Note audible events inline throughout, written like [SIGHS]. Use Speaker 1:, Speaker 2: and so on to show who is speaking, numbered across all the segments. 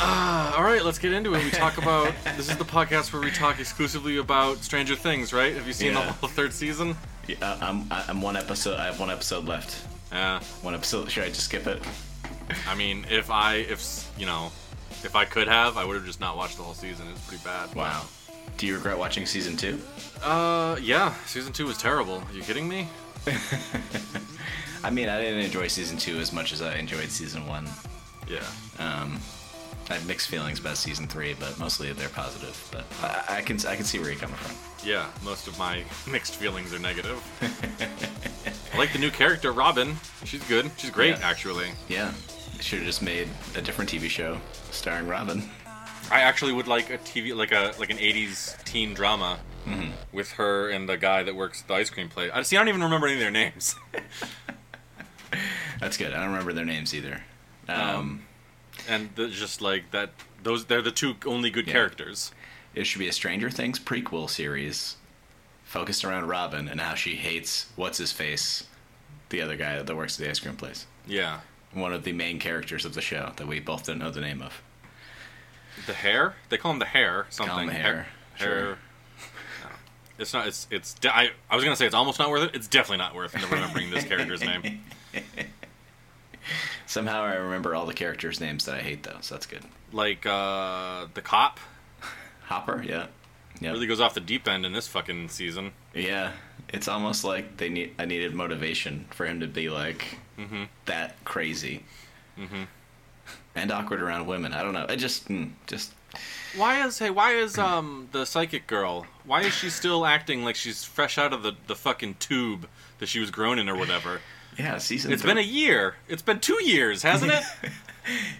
Speaker 1: All right, let's get into it. We talk about this is the podcast where we talk exclusively about Stranger Things, right? Have you seen
Speaker 2: Yeah.
Speaker 1: the whole third season?
Speaker 2: Yeah, I- I'm I- I'm one episode. I have one episode left.
Speaker 1: Yeah.
Speaker 2: One episode. Should I just skip it?
Speaker 1: I mean, if I if s- you know, if I could have, I would have just not watched the whole season. It's pretty bad.
Speaker 2: Wow. Do you regret watching season two?
Speaker 1: Uh, yeah, season two was terrible. Are you kidding me?
Speaker 2: I mean, I didn't enjoy season two as much as I enjoyed season one.
Speaker 1: Yeah.
Speaker 2: Um, I have mixed feelings about season three, but mostly they're positive. But I, I can I can see where you're coming from.
Speaker 1: Yeah, most of my [LAUGHS] mixed feelings are negative. I like the new character, Robin. She's good. She's great,
Speaker 2: Yeah.
Speaker 1: actually.
Speaker 2: Yeah, should have just made a different TV show starring Robin. [LAUGHS]
Speaker 1: I actually would like a TV, like a like an '80s teen drama
Speaker 2: Mm-hmm.
Speaker 1: with her and the guy that works at the ice cream place. I see. I don't even remember any of their names. [LAUGHS]
Speaker 2: That's good. I don't remember their names either. Um,
Speaker 1: and the, just like that, those they're the two only good
Speaker 2: Yeah.
Speaker 1: characters.
Speaker 2: it should be a Stranger Things prequel series focused around Robin and how she hates what's his face, the other guy that works at the ice cream place.
Speaker 1: Yeah.
Speaker 2: One of the main characters of the show that we both don't know the name of.
Speaker 1: The hair? They call him the hair. Something.
Speaker 2: Call him the hair,
Speaker 1: Hair.
Speaker 2: sure.
Speaker 1: hair- I don't know. It's not. It's. It's. De- I. I was gonna say it's almost not worth it. It's definitely not worth remembering this character's
Speaker 2: [LAUGHS]
Speaker 1: name.
Speaker 2: Somehow I remember all the characters' names that I hate though, so that's good.
Speaker 1: Like uh, the cop
Speaker 2: Hopper, yeah. Yeah.
Speaker 1: really goes off the deep end in this fucking season.
Speaker 2: Yeah. It's almost like they need I needed motivation for him to be like
Speaker 1: Mm-hmm.
Speaker 2: that crazy. And awkward around women. I don't know. I just mm, just
Speaker 1: Why is hey? Why is um the psychic girl? Why is she still acting like she's fresh out of the the fucking tube that she was grown in or whatever?
Speaker 2: yeah, season
Speaker 1: It's
Speaker 2: three.
Speaker 1: been a year. It's been two years, hasn't it?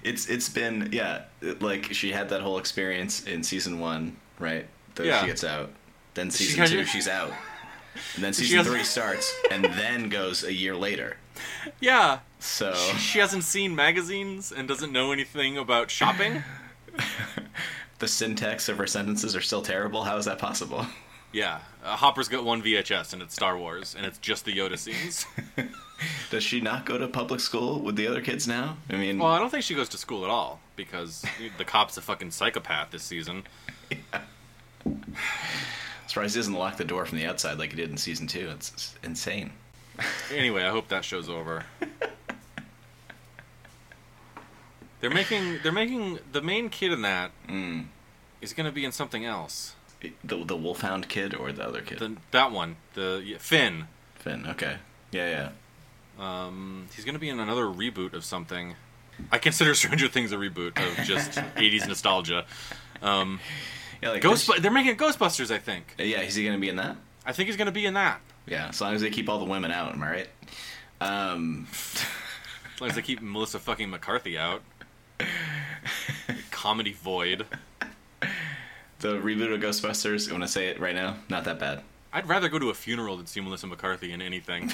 Speaker 2: It's it's been yeah, it- like she had that whole experience in season one, right? That
Speaker 1: Yeah.
Speaker 2: she gets out. Then season
Speaker 1: has-
Speaker 2: two, she's out.
Speaker 1: [LAUGHS]
Speaker 2: And then season
Speaker 1: has-
Speaker 2: three starts, and then goes a year later.
Speaker 1: yeah.
Speaker 2: So
Speaker 1: She hasn't seen magazines and doesn't know anything about shopping.
Speaker 2: the syntax of her sentences are still terrible. How is that possible? [LAUGHS]
Speaker 1: Yeah, uh, Hopper's got one VHS and it's Star Wars and it's just the Yoda scenes.
Speaker 2: Does she not go to public school with the other kids now? I mean,
Speaker 1: well, I don't think she goes to school at all because the cop's a fucking psychopath this season.
Speaker 2: I'm surprised he doesn't lock the door from the outside like he did in season two. It's, it's insane.
Speaker 1: Anyway, I hope that show's over. They're making they're making the main kid in that is going to be in something else.
Speaker 2: The the wolfhound kid or the other kid?
Speaker 1: The, that one, the yeah, Finn.
Speaker 2: Finn. Okay. Yeah, yeah.
Speaker 1: Um, he's going to be in another reboot of something. I consider [LAUGHS] Stranger Things a reboot of just 80s nostalgia. Um,
Speaker 2: Yeah, like
Speaker 1: Ghost, they're making Ghostbusters, I think.
Speaker 2: Yeah, is he gonna be in that?
Speaker 1: I think he's gonna be in that.
Speaker 2: Yeah, as long as they keep all the women out, am I right? Um,
Speaker 1: As long as they keep Melissa fucking McCarthy out. Comedy void.
Speaker 2: the reboot of Ghostbusters, I'm gonna say it right now, not that bad.
Speaker 1: I'd rather go to a funeral than see Melissa McCarthy in anything.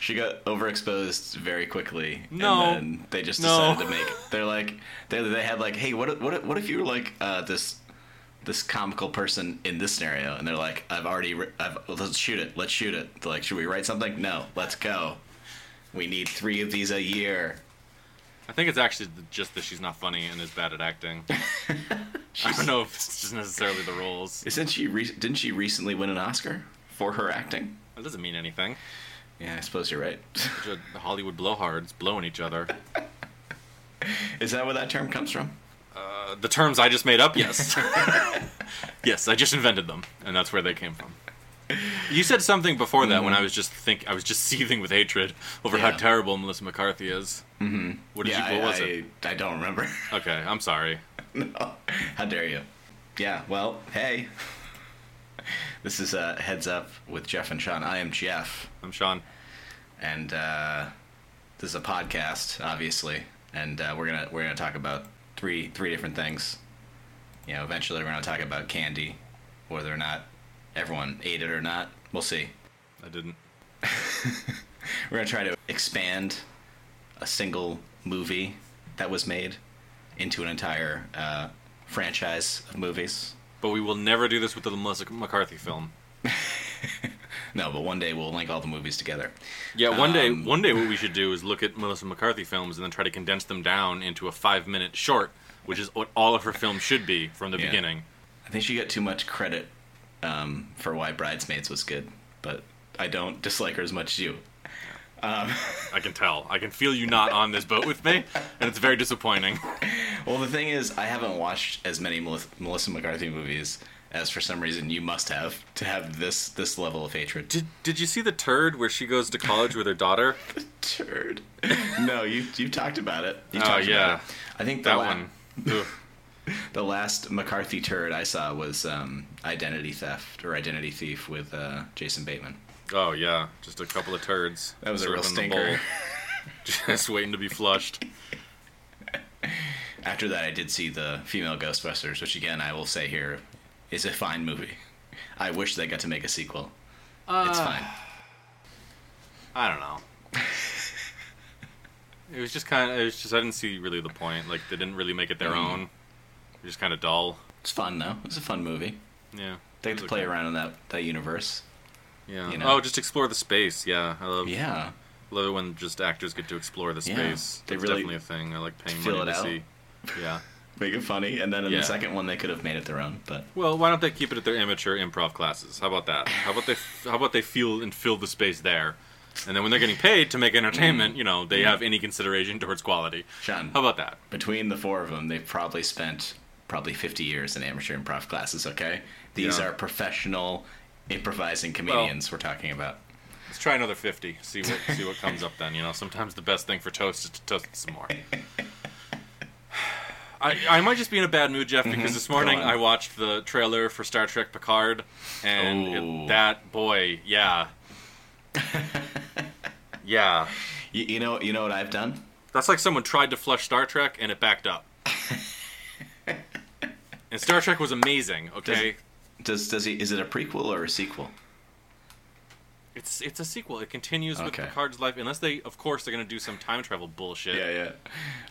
Speaker 2: She got overexposed very quickly.
Speaker 1: No.
Speaker 2: And then they just
Speaker 1: No.
Speaker 2: decided
Speaker 1: [LAUGHS]
Speaker 2: to make. They're like, they, they had like, hey, what, if- what, if- what if you were like uh, this this comical person in this scenario? And they're like, I've already, wri- I've, let's shoot it, let's shoot it. They're like, should we write something? No, let's go. We need three of these a year.
Speaker 1: I think it's actually just that she's not funny and is bad at
Speaker 2: [LAUGHS]
Speaker 1: acting. I don't know if it's just necessarily the roles.
Speaker 2: Isn't she? Re- didn't she recently win an Oscar for her acting?
Speaker 1: That doesn't mean anything.
Speaker 2: Yeah, I suppose you're right. [LAUGHS]
Speaker 1: Just Hollywood blowhards blowing each other.
Speaker 2: Is that where that term comes from?
Speaker 1: Uh, the terms I just made up,
Speaker 2: [LAUGHS]
Speaker 1: yes. yes, I just invented them, and that's where they came from. You said something before that when I was just think I was just seething with hatred over how
Speaker 2: Mm-hmm. Yeah.
Speaker 1: terrible Melissa McCarthy is. Mm-hmm. What did you? What was
Speaker 2: I,
Speaker 1: it?
Speaker 2: I, I don't remember. [LAUGHS]
Speaker 1: Okay, I'm sorry.
Speaker 2: No. How dare you? Yeah, well, hey. [LAUGHS] This is uh, Heads Up with Jeff and Sean. I am Jeff,
Speaker 1: I'm Sean.
Speaker 2: and uh, this is a podcast, obviously, and uh, we're gonna we're gonna talk about three three different things. You know, eventually we're gonna talk about candy, whether or not everyone ate it or not. We'll see.
Speaker 1: I didn't.
Speaker 2: We're gonna try to expand a single movie that was made into an entire uh, franchise of movies.
Speaker 1: But we will never do this with the Melissa McCarthy film.
Speaker 2: No, but one day we'll link all the movies together.
Speaker 1: Yeah, one day,
Speaker 2: Um,
Speaker 1: one day, what we should do is look at Melissa McCarthy films and then try to condense them down into a five-minute short which is what all of her films should be from the
Speaker 2: Yeah.
Speaker 1: beginning.
Speaker 2: I think she got too much credit um, for why Bridesmaids was good, but I don't [LAUGHS] dislike her as much as you.
Speaker 1: I can tell. I can feel you not on this boat with me, and it's very disappointing.
Speaker 2: Well, the thing is, I haven't watched as many Mel- Melissa McCarthy movies as for some reason you must have to have this this level of hatred. [LAUGHS]
Speaker 1: Did Did you see the turd where she goes to college with her daughter?
Speaker 2: Turd. [LAUGHS] no, you you've talked about it. You
Speaker 1: Oh,
Speaker 2: talked
Speaker 1: yeah.
Speaker 2: About it. I think
Speaker 1: [LAUGHS]
Speaker 2: the
Speaker 1: That
Speaker 2: la-
Speaker 1: one. Ugh.
Speaker 2: The last McCarthy turd I saw was um, Identity Theft or Identity Thief with uh, Jason Bateman.
Speaker 1: Oh yeah, just a couple of turds.
Speaker 2: That was a
Speaker 1: served
Speaker 2: real
Speaker 1: in the
Speaker 2: stinker.
Speaker 1: bowl. [LAUGHS] Just waiting to be flushed.
Speaker 2: After that, I did see the female Ghostbusters, which again I will say here is a fine movie. I wish they got to make a sequel. it's
Speaker 1: Ah.
Speaker 2: fine.
Speaker 1: I don't know. It was just kind of. It was just. I didn't see really the point. Like they didn't really make it their
Speaker 2: Mm.
Speaker 1: own. It was just kind of dull.
Speaker 2: It's fun though. It's a fun movie.
Speaker 1: Yeah.
Speaker 2: They get to
Speaker 1: It's
Speaker 2: play
Speaker 1: okay.
Speaker 2: around in that that universe.
Speaker 1: Yeah.
Speaker 2: you know?
Speaker 1: Oh, just explore the space. Yeah, I love
Speaker 2: Yeah,
Speaker 1: love it when just actors get to explore the
Speaker 2: Yeah,
Speaker 1: space.
Speaker 2: they
Speaker 1: That's
Speaker 2: really
Speaker 1: definitely a thing. I like paying
Speaker 2: fill
Speaker 1: money
Speaker 2: it
Speaker 1: to
Speaker 2: out. [LAUGHS]
Speaker 1: see. Yeah.
Speaker 2: make it funny. And then in
Speaker 1: Yeah.
Speaker 2: the second one, they could have made it their own. But
Speaker 1: Well, why don't they keep it at their amateur improv classes? How about that? How about they how about they feel and fill the space there? And then when they're getting paid to make
Speaker 2: Mm.
Speaker 1: entertainment, you know, they have any consideration towards quality.
Speaker 2: Sean,
Speaker 1: How about that?
Speaker 2: between the four of them, they've probably spent probably 50 years in amateur improv classes. Okay, these
Speaker 1: Yeah.
Speaker 2: are professional improvising comedians we're talking about.
Speaker 1: Let's try another 50. See what see what comes up then, you know. Sometimes the best thing for toast is to toast it some more. [SIGHS] I, I might just be in a bad mood, Jeff, because this morning
Speaker 2: Mm-hmm. on.
Speaker 1: I watched the trailer for Star Trek Picard, and it-
Speaker 2: Ooh.
Speaker 1: that boy,
Speaker 2: [LAUGHS]
Speaker 1: yeah, yeah,
Speaker 2: You, you know, you know what I've done?
Speaker 1: That's like someone tried to flush Star Trek and it backed
Speaker 2: [LAUGHS]
Speaker 1: up. and Star Trek was amazing, okay?
Speaker 2: Does does he? Is it a prequel or a sequel?
Speaker 1: It's it's a sequel. It continues with
Speaker 2: Okay.
Speaker 1: Picard's life, unless they, of course, they're gonna do some time travel bullshit.
Speaker 2: Yeah, yeah.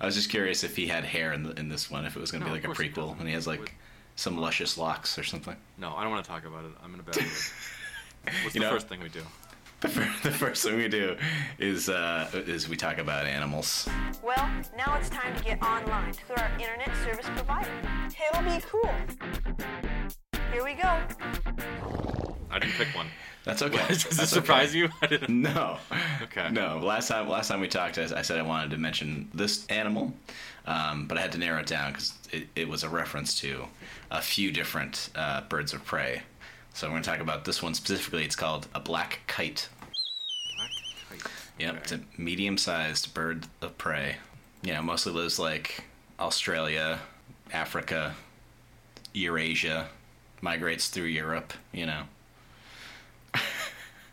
Speaker 2: I was just curious if he had hair in the, in this one, if it was going to
Speaker 1: No,
Speaker 2: be
Speaker 1: of
Speaker 2: like a
Speaker 1: course he
Speaker 2: prequel,
Speaker 1: doesn't.
Speaker 2: and he has like some luscious locks or something. [LAUGHS]
Speaker 1: No, I don't want to talk about it. I'm in a bad mood. What's
Speaker 2: You
Speaker 1: the
Speaker 2: know-
Speaker 1: first thing we do?
Speaker 2: The, fir- the first thing we do is uh, is we talk about animals.
Speaker 3: Well, now it's time to get online through our internet service provider. It'll be cool. Here we go.
Speaker 1: I didn't pick one.
Speaker 2: That's okay.
Speaker 1: Does this
Speaker 2: That's
Speaker 1: surprise
Speaker 2: okay.
Speaker 1: you? I didn't.
Speaker 2: No.
Speaker 1: Okay.
Speaker 2: No. Last time last time we talked, I, I said I wanted to mention this animal, um, but I had to narrow it down because it, it was a reference to a few different uh, birds of prey. So I'm going to talk about this one specifically. It's called a black kite. Yep, it's a medium-sized bird of prey. You know, mostly lives like Australia, Africa, Eurasia, migrates through Europe. You know,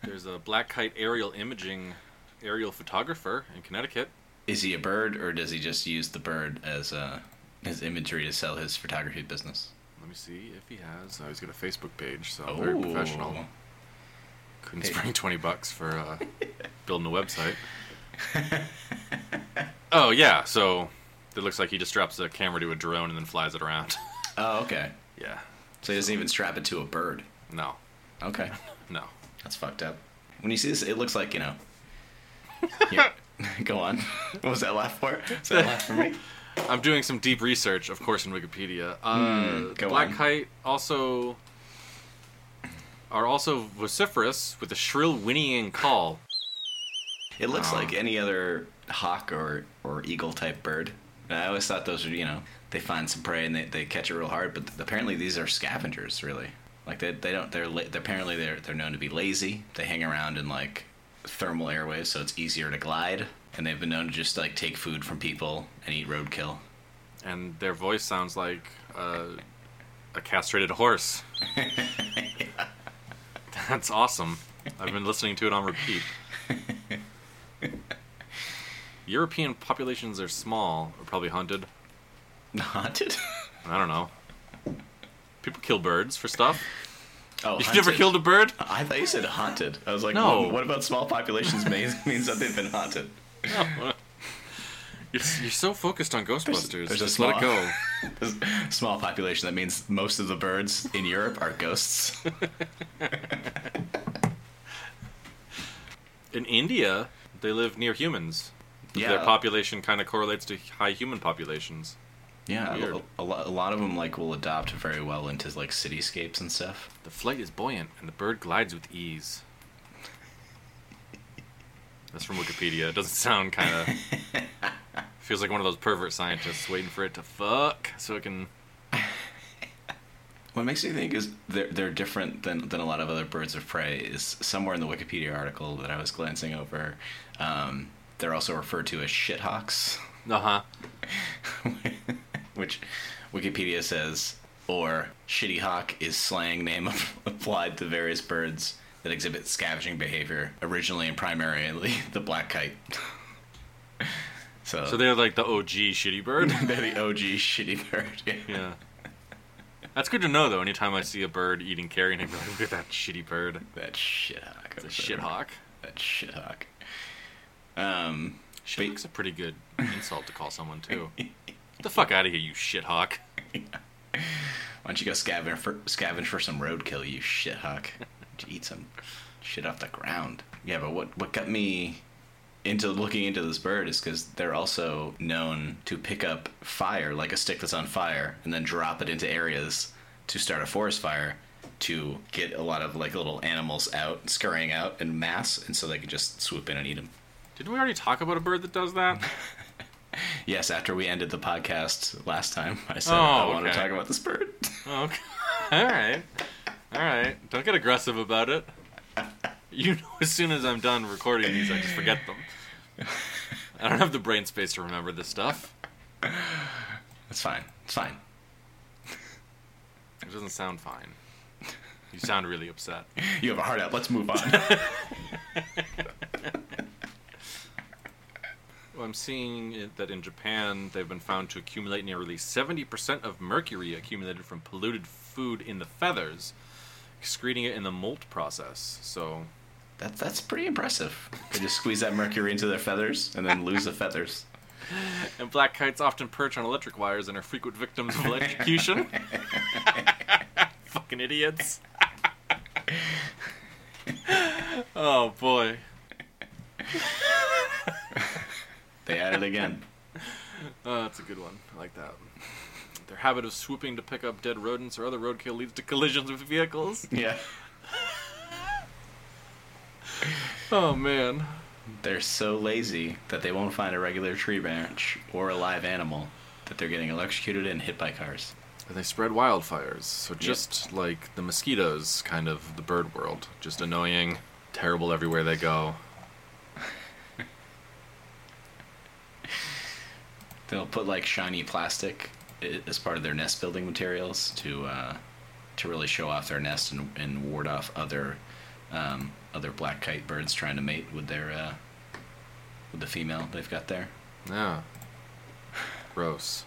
Speaker 1: There's a black kite aerial imaging, aerial photographer in Connecticut.
Speaker 2: is he a bird or does he just use the bird as uh, his imagery to sell his photography business?
Speaker 1: Let me see if he has. Oh, he's got a Facebook page, so very professional.
Speaker 2: Ooh.
Speaker 1: Couldn't spring twenty bucks for uh, building a website. oh yeah, so it looks like he just straps a camera to a drone and then flies it around. [LAUGHS]
Speaker 2: Oh, okay.
Speaker 1: yeah.
Speaker 2: So he doesn't even strap it to a bird.
Speaker 1: No,
Speaker 2: Okay,
Speaker 1: no.
Speaker 2: that's fucked up. When you see this, it looks like you know. [LAUGHS] You're- Go on. [LAUGHS] What was that laugh for? Was that a laugh for me?
Speaker 1: I'm doing some deep research, of course, in Wikipedia. Uh,
Speaker 2: Hmm, go
Speaker 1: black
Speaker 2: on.
Speaker 1: kite also are also vociferous with a shrill whinnying call.
Speaker 2: It looks like any other hawk or, or eagle type bird. And I always thought those were, you know, they find some prey and they, they catch it real hard, but apparently these are scavengers, really. Like they, they don't they're la- apparently they're they're known to be lazy. They hang around in like thermal airways, so it's easier to glide. And they've been known to just like take food from people and eat roadkill. [LAUGHS]
Speaker 1: and their voice sounds like uh, a castrated
Speaker 2: [LAUGHS]
Speaker 1: horse. That's awesome. I've been listening to it on repeat. European populations are small, or probably hunted.
Speaker 2: Haunted?
Speaker 1: I don't know. People kill birds for stuff.
Speaker 2: Oh, [LAUGHS]
Speaker 1: You've never killed a bird?
Speaker 2: I thought you said haunted. I was like,
Speaker 1: No.
Speaker 2: no. What, about small populations? means [LAUGHS] means that they've been haunted.
Speaker 1: No. [LAUGHS] You're, s- you're so focused on Ghostbusters.
Speaker 2: there's a
Speaker 1: Just let it
Speaker 2: small-
Speaker 1: go.
Speaker 2: This [LAUGHS] small population. That means most of the birds in Europe are ghosts.
Speaker 1: [LAUGHS]
Speaker 2: [LAUGHS]
Speaker 1: In India, they live near humans.
Speaker 2: Yeah.
Speaker 1: Their population kind of correlates to high human populations.
Speaker 2: Yeah, a,
Speaker 1: Weird.
Speaker 2: a, a lot- a lot of them like will adopt very well into like cityscapes and stuff.
Speaker 1: The flight is buoyant and the bird glides with ease. That's from Wikipedia. It doesn't sound kind [LAUGHS] of. feels like one of those pervert scientists waiting for it to fuck so it can.
Speaker 2: What makes me think is they're, they're different than, than a lot of other birds of prey is somewhere in the Wikipedia article that I was glancing over. Um, they're also referred to as shithawks,
Speaker 1: Uh huh.
Speaker 2: [LAUGHS] which Wikipedia says, or shitty hawk is slang name [LAUGHS] applied to various birds that exhibit scavenging behavior, originally and primarily [LAUGHS] the black kite. so,
Speaker 1: So they're like the OG shitty [LAUGHS] bird.
Speaker 2: [LAUGHS] they're the OG shitty bird. yeah.
Speaker 1: Yeah. That's good to know though. Anytime I see a bird eating carrion, I'm like, look at that shitty bird.
Speaker 2: [LAUGHS] That shit hawk.
Speaker 1: It's a shit hawk.
Speaker 2: That shit hawk. Um,
Speaker 1: Shit hawk's a pretty good insult to call someone too. Get the fuck out of here, you shit hawk.
Speaker 2: why don't you go scavenge for, scavenge for some roadkill, you shit hawk? Why don't you eat some shit off the ground. Yeah, but what what got me into looking into this bird is because they're also known to pick up fire, like a stick that's on fire, and then drop it into areas to start a forest fire to get a lot of like little animals out scurrying out in mass, and so they can just swoop in and eat them.
Speaker 1: Didn't we already talk about a bird that does that?
Speaker 2: Yes, after we ended the podcast last time, I said I
Speaker 1: Oh,
Speaker 2: want to
Speaker 1: okay.
Speaker 2: talk about this bird. [LAUGHS]
Speaker 1: Oh, okay. All right. All right. Don't get aggressive about it. You know, as soon as I'm done recording these, I just forget them. I don't have the brain space to remember this stuff.
Speaker 2: It's fine. It's fine.
Speaker 1: It doesn't sound fine. You sound really upset.
Speaker 2: You have a heart out. Let's move
Speaker 1: [LAUGHS]
Speaker 2: on.
Speaker 1: Well, I'm seeing it, that in Japan, they've been found to accumulate nearly 70% of mercury accumulated from polluted food in the feathers, excreting it in the molt process. So,
Speaker 2: that, that's pretty impressive. They just squeeze that mercury into their feathers and then lose the feathers.
Speaker 1: and black kites often perch on electric wires and are frequent victims of electrocution. [LAUGHS] Fucking idiots. [LAUGHS] oh boy.
Speaker 2: They at it again.
Speaker 1: Oh, that's a good one. I like that. Their habit of swooping to pick up dead rodents or other roadkill leads to collisions with vehicles.
Speaker 2: Yeah.
Speaker 1: Oh man.
Speaker 2: They're so lazy that they won't find a regular tree branch or a live animal that they're getting electrocuted and hit by cars.
Speaker 1: And they spread wildfires. So just like the mosquitoes, kind of the bird world, just annoying, terrible everywhere they go.
Speaker 2: They'll put like shiny plastic i- as part of their nest building materials to uh, to really show off their nest and, and ward off other um, other black kite birds trying to mate with their uh, with the female they've got there.
Speaker 1: Yeah. [SIGHS] Gross.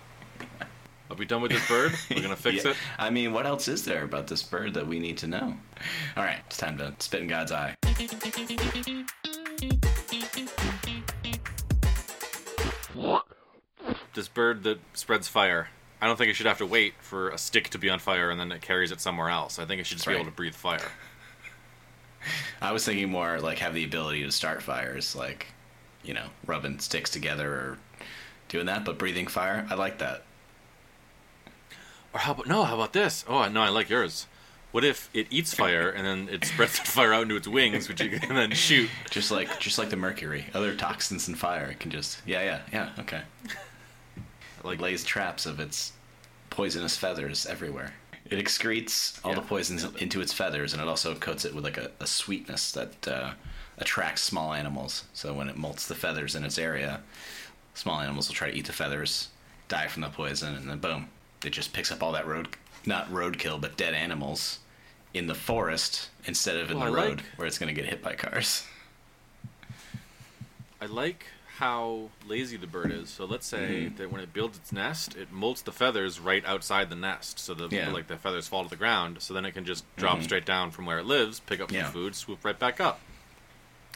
Speaker 1: Are we done with this bird? We're
Speaker 2: [LAUGHS]
Speaker 1: gonna fix
Speaker 2: Yeah.
Speaker 1: it.
Speaker 2: I mean, what else is there about this bird that we need to know? All right, it's time to spit in God's eye.
Speaker 1: This bird that spreads fire. I don't think it should have to wait for a stick to be on fire and then it carries it somewhere else. I think it should just
Speaker 2: That's
Speaker 1: be able
Speaker 2: right.
Speaker 1: to breathe fire.
Speaker 2: I was thinking more like have the ability to start fires, like you know, rubbing sticks together or doing that, but breathing fire. I like that.
Speaker 1: Or how about no? How about this? Oh no, I like yours. What if it eats fire and then it spreads [LAUGHS] that fire out into its wings, which you can then shoot?
Speaker 2: Just like just like the mercury, other toxins and fire can just yeah yeah yeah okay.
Speaker 1: Like
Speaker 2: Like lays traps of its poisonous feathers everywhere. It excretes all the
Speaker 1: Yeah.
Speaker 2: poisons into its feathers, and it also coats it with like a, a sweetness that uh, attracts small animals. So when it molts the feathers in its area, small animals will try to eat the feathers, die from the poison, and then boom, it just picks up all that road not roadkill but dead animals in the forest instead of in
Speaker 1: Well,
Speaker 2: the
Speaker 1: I
Speaker 2: road
Speaker 1: like-
Speaker 2: where it's going to get hit by cars.
Speaker 1: I like how lazy the bird is. So let's say
Speaker 2: Mm-hmm.
Speaker 1: that when it builds its nest, it molts the feathers right outside the nest, so the
Speaker 2: Yeah. Mm-hmm.
Speaker 1: like the feathers fall to the ground. So then it can just drop straight down from where it lives, pick up
Speaker 2: Yeah.
Speaker 1: some food, swoop right back up.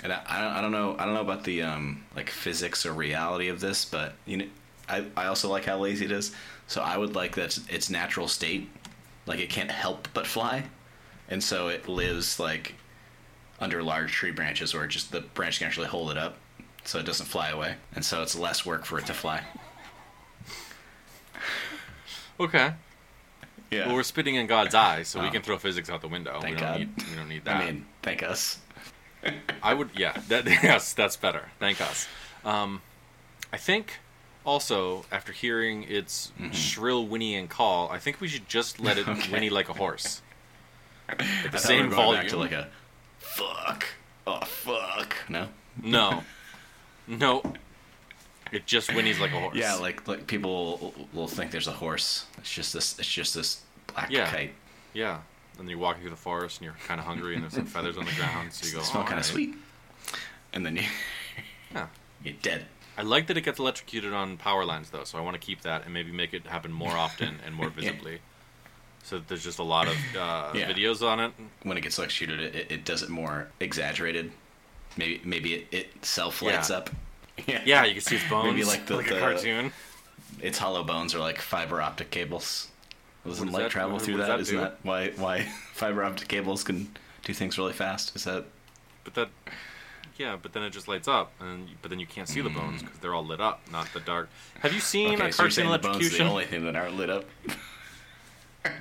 Speaker 2: And I, I don't, I don't know, I don't know about the um, like physics or reality of this, but you know, I, I also like how lazy it is. So I would like that its natural state, like it can't help but fly, and so it lives like under large tree branches, or just the branch can actually hold it up, so it doesn't fly away, and so it's less work for it to fly.
Speaker 1: Okay.
Speaker 2: Yeah.
Speaker 1: Well, we're spitting in
Speaker 2: [LAUGHS]
Speaker 1: God's eye, so we
Speaker 2: Oh.
Speaker 1: can throw physics out the window.
Speaker 2: Thank
Speaker 1: we don't
Speaker 2: God.
Speaker 1: need we don't need that.
Speaker 2: I mean, thank us.
Speaker 1: I would, yeah. [LAUGHS] That, yes, that's better. Thank us. Um, I think also after hearing its shrill whinnying call, I think we should just let it
Speaker 2: Mm-hmm. [LAUGHS] Okay.
Speaker 1: whinny like a horse.
Speaker 2: At the
Speaker 1: same
Speaker 2: Back to
Speaker 1: volume.
Speaker 2: like a fuck. Oh fuck. No.
Speaker 1: No, no, it just whinnies like a horse.
Speaker 2: Yeah, like like people will think there's a horse. It's just this. It's just this black
Speaker 1: Yeah.
Speaker 2: kite.
Speaker 1: yeah. And you're walking through the forest, and you're kind of hungry, and there's some feathers on the ground, so you go.
Speaker 2: They [LAUGHS]
Speaker 1: "All
Speaker 2: smell kind
Speaker 1: right."
Speaker 2: of sweet.
Speaker 1: [LAUGHS]
Speaker 2: And then you
Speaker 1: Yeah.
Speaker 2: you're dead.
Speaker 1: I like that it gets electrocuted on power lines, though, so I want to keep that and maybe make it happen more often and
Speaker 2: [LAUGHS]
Speaker 1: more visibly. So that there's just a lot of uh,
Speaker 2: Yeah.
Speaker 1: videos on it.
Speaker 2: When it gets electrocuted, it, it, it does it more exaggerated. Maybe maybe it, it self lights
Speaker 1: Yeah.
Speaker 2: up. [LAUGHS]
Speaker 1: Yeah, you can see its bones.
Speaker 2: Maybe like the-
Speaker 1: like a
Speaker 2: the-
Speaker 1: cartoon.
Speaker 2: Its hollow bones are like fiber optic cables. Doesn't
Speaker 1: does
Speaker 2: light
Speaker 1: that-
Speaker 2: travel
Speaker 1: what-
Speaker 2: through
Speaker 1: what does
Speaker 2: that?
Speaker 1: that
Speaker 2: Isn't
Speaker 1: do?
Speaker 2: that why why [LAUGHS] fiber optic cables can do things really fast? Is that
Speaker 1: But that, yeah, but then it just lights up, and but then you can't see the bones because they're all lit up, not the dark. Have you seen a
Speaker 2: Mm. okay? So you're
Speaker 1: cartoon
Speaker 2: saying the bones are the
Speaker 1: electrocution?
Speaker 2: only thing that aren't lit up?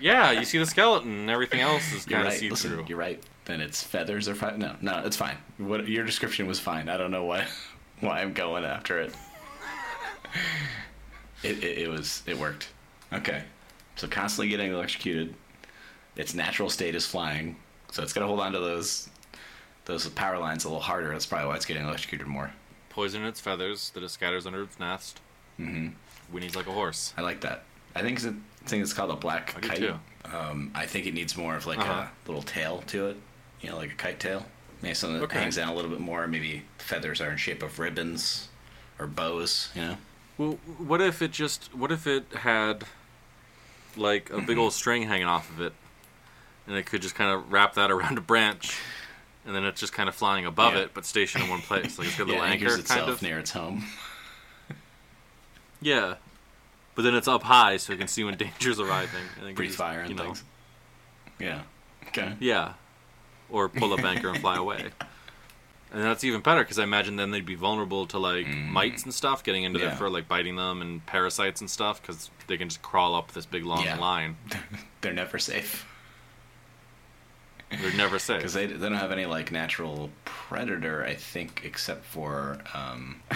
Speaker 1: Yeah, you see the skeleton, and everything else is
Speaker 2: You're
Speaker 1: kind of
Speaker 2: right.
Speaker 1: see
Speaker 2: Listen,
Speaker 1: through.
Speaker 2: you're right. Then its feathers are fine. No, no, it's fine. What your description was fine. I don't know why [LAUGHS] why I'm going after it. [LAUGHS] it, it. It was it worked. Okay, so constantly getting electrocuted. Its natural state is flying, so it's gonna hold on to those those power lines a little harder. That's probably why it's getting electrocuted more.
Speaker 1: Poison in its feathers that it scatters under its nest. Mm-hmm. Whinnies like a horse.
Speaker 2: I like that. I think it's a I think it's called a black
Speaker 1: I do
Speaker 2: kite.
Speaker 1: too.
Speaker 2: Um, I think it needs more of like
Speaker 1: Uh-huh.
Speaker 2: a little tail to it, you know, like a kite tail. Maybe something that
Speaker 1: Okay.
Speaker 2: hangs down a little bit more. Maybe feathers are in shape of ribbons or bows. You know,
Speaker 1: Well, what if it just? What if it had, like, a
Speaker 2: Mm-hmm.
Speaker 1: big old string hanging off of it, and it could just kind of wrap that around a branch, and then it's just kind of flying above
Speaker 2: Yeah.
Speaker 1: it, but stationed in one place, like it's got a
Speaker 2: [LAUGHS] yeah,
Speaker 1: little anchor
Speaker 2: anchors
Speaker 1: kind
Speaker 2: itself
Speaker 1: of.
Speaker 2: near its home. [LAUGHS]
Speaker 1: Yeah, but then it's up high, so it can see when [LAUGHS] danger's arriving. And it can
Speaker 2: Breathe
Speaker 1: just,
Speaker 2: fire and
Speaker 1: you know,
Speaker 2: things. Yeah. Okay.
Speaker 1: Yeah, or pull up anchor and fly
Speaker 2: [LAUGHS]
Speaker 1: away. And that's even better because I imagine then they'd be vulnerable to like mites and stuff getting into
Speaker 2: Mm-hmm. Yeah.
Speaker 1: their fur, like biting them and parasites and stuff because they can just crawl up this big long
Speaker 2: Yeah.
Speaker 1: line.
Speaker 2: They're never safe
Speaker 1: They're
Speaker 2: [LAUGHS]
Speaker 1: never
Speaker 2: because
Speaker 1: safe.
Speaker 2: they they don't have any like natural predator. I think except for um,
Speaker 1: [LAUGHS]
Speaker 2: [LAUGHS]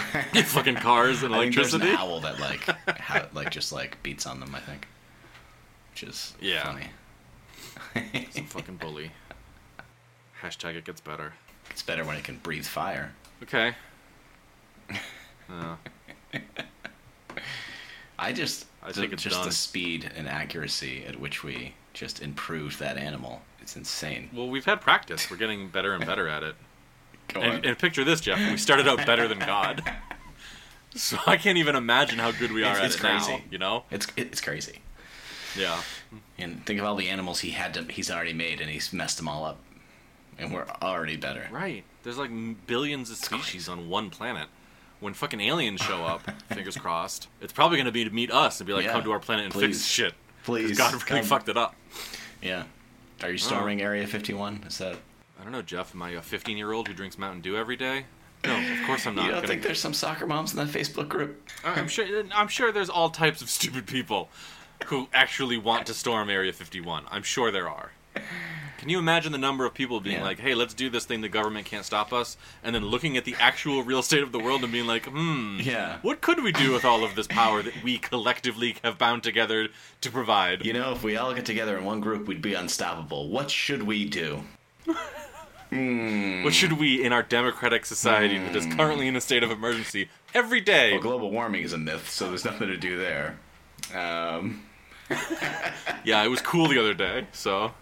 Speaker 1: Fucking cars and
Speaker 2: I think there's an
Speaker 1: electricity.
Speaker 2: owl that like
Speaker 1: [LAUGHS]
Speaker 2: ha- like just like beats on them. I think, which is
Speaker 1: Yeah.
Speaker 2: funny.
Speaker 1: Some fucking bully. Hashtag it gets better.
Speaker 2: It's better when it can breathe fire. [LAUGHS]
Speaker 1: Okay. Uh,
Speaker 2: I just
Speaker 1: I think
Speaker 2: the-
Speaker 1: it's
Speaker 2: just
Speaker 1: done.
Speaker 2: the speed and accuracy at which we just improved that animal. It's insane.
Speaker 1: well, we've had practice. We're getting better and better at it.
Speaker 2: Go
Speaker 1: And, and picture this, Jeff. We started out better than God. [LAUGHS] So I can't even imagine how good we are
Speaker 2: It's-
Speaker 1: at
Speaker 2: it's
Speaker 1: it now.
Speaker 2: crazy.
Speaker 1: You know?
Speaker 2: It's it's crazy.
Speaker 1: Yeah.
Speaker 2: And think of all the animals he had to he's already made and he's messed them all up. And we're already better.
Speaker 1: Right. There's like m- billions of species on one planet. When fucking aliens show up, [LAUGHS] fingers crossed, it's probably going to be to meet us and be like,
Speaker 2: Yeah.
Speaker 1: come to our planet and fix
Speaker 2: Please.
Speaker 1: shit. 'Cause
Speaker 2: Please, Um,
Speaker 1: God really
Speaker 2: come.
Speaker 1: fucked it up.
Speaker 2: Yeah. Are you storming Area 51? Is that
Speaker 1: I don't know, Jeff. Am I a 15 year old who drinks Mountain Dew every day? No, of course I'm not.
Speaker 2: You don't
Speaker 1: gonna-
Speaker 2: think there's some soccer moms in that Facebook group?
Speaker 1: I- I'm sure. I'm sure there's all types of stupid people who actually want to storm Area 51. I'm sure there are. Can you imagine the number of people being
Speaker 2: Yeah.
Speaker 1: like, "Hey, let's do this thing. The government can't stop us," and then looking at the actual real state of the world and being like, "Hmm,
Speaker 2: Yeah.
Speaker 1: what could we do with all of this power that we collectively have bound together to provide?"
Speaker 2: You know, if we all get together in one group, we'd be unstoppable. What should we do?
Speaker 1: What should we, in our democratic society that is currently in a state of emergency, every day?
Speaker 2: Well, global warming is a myth, so there's nothing to do there. Um,
Speaker 1: Yeah, it was cool the other day, so.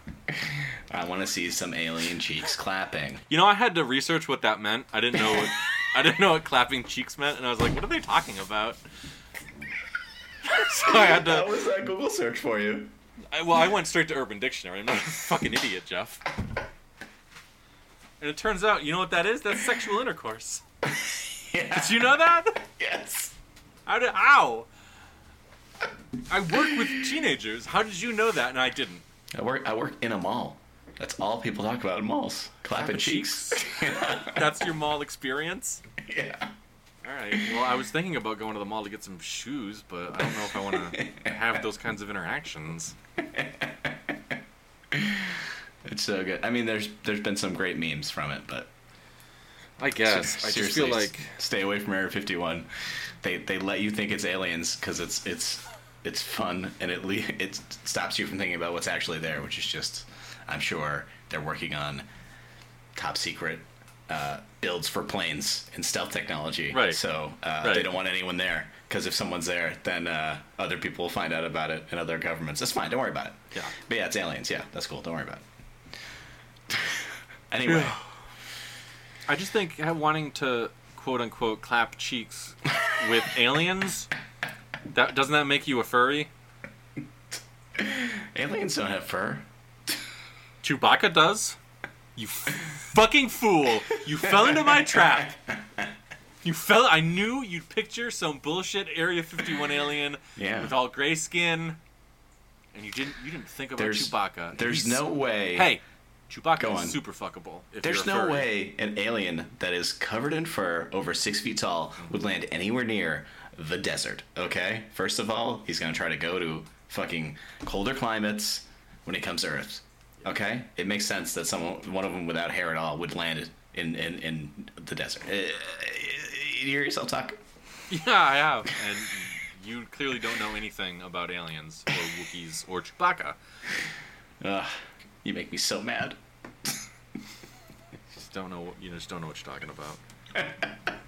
Speaker 2: I want to see some alien cheeks [LAUGHS] clapping.
Speaker 1: You know, I had to research what that meant. I didn't know what I didn't know what clapping cheeks meant, and I was like, "What are they talking about?" so I had to.
Speaker 2: was that Google search for you?
Speaker 1: I, well, I went straight to Urban Dictionary. I'm not a fucking idiot, Jeff. And it turns out, you know what that is? That's sexual intercourse.
Speaker 2: Yeah.
Speaker 1: Did you know that?
Speaker 2: Yes.
Speaker 1: How did? Ow! I work with teenagers. How did you know that? And I didn't.
Speaker 2: I work. I work in a mall. That's all people talk about in malls. Clapping
Speaker 1: Clapping
Speaker 2: cheeks.
Speaker 1: That's your mall experience.
Speaker 2: [LAUGHS] yeah.
Speaker 1: All All right. Well, I was thinking about going to the mall to get some shoes, but I don't know if I want to have those kinds of interactions.
Speaker 2: [LAUGHS] It's so good. I mean, there's there's been some great memes from it, but
Speaker 1: I guess I just feel
Speaker 2: seriously,
Speaker 1: like
Speaker 2: s- stay away from Area 51. They they let you think it's aliens because it's it's it's fun and it le- it stops you from thinking about what's actually there, which is just I'm sure they're working on top secret uh, builds for planes and stealth technology.
Speaker 1: Right.
Speaker 2: So uh, they
Speaker 1: Right.
Speaker 2: don't want anyone there because if someone's there, then uh, other people will find out about it and other governments. That's fine. Don't worry about it.
Speaker 1: Yeah.
Speaker 2: But yeah, it's aliens. Yeah, that's cool. Don't worry about it.
Speaker 1: [SIGHS]
Speaker 2: anyway.
Speaker 1: I just think ha- wanting to quote unquote clap cheeks with aliens. That doesn't that make you a furry?
Speaker 2: Aliens don't have fur.
Speaker 1: Chewbacca does. You f- fucking fool! You fell into my trap. You fell. I knew you'd picture some bullshit Area 51 alien
Speaker 2: Yeah.
Speaker 1: with all gray skin, and you didn't. You didn't think about
Speaker 2: There's-
Speaker 1: Chewbacca.
Speaker 2: There's
Speaker 1: He's-
Speaker 2: no way.
Speaker 1: Hey, Chewbacca
Speaker 2: Go
Speaker 1: is
Speaker 2: on.
Speaker 1: super fuckable. If
Speaker 2: There's
Speaker 1: you're a
Speaker 2: no
Speaker 1: furry.
Speaker 2: way an alien that is covered in fur, over six feet tall, would land anywhere near the desert. Okay? First of all, he's gonna try to go to fucking colder climates when it comes to Earth. Okay? It makes sense that someone, one of them without hair at all, would land in in, in the desert. Uh, you hear yourself talk?
Speaker 1: [LAUGHS] Yeah, I have. And you clearly don't know anything about aliens or Wookiees or Chewbacca.
Speaker 2: Ugh, you make me so mad.
Speaker 1: Just don't know. what- You just don't know what you're talking about.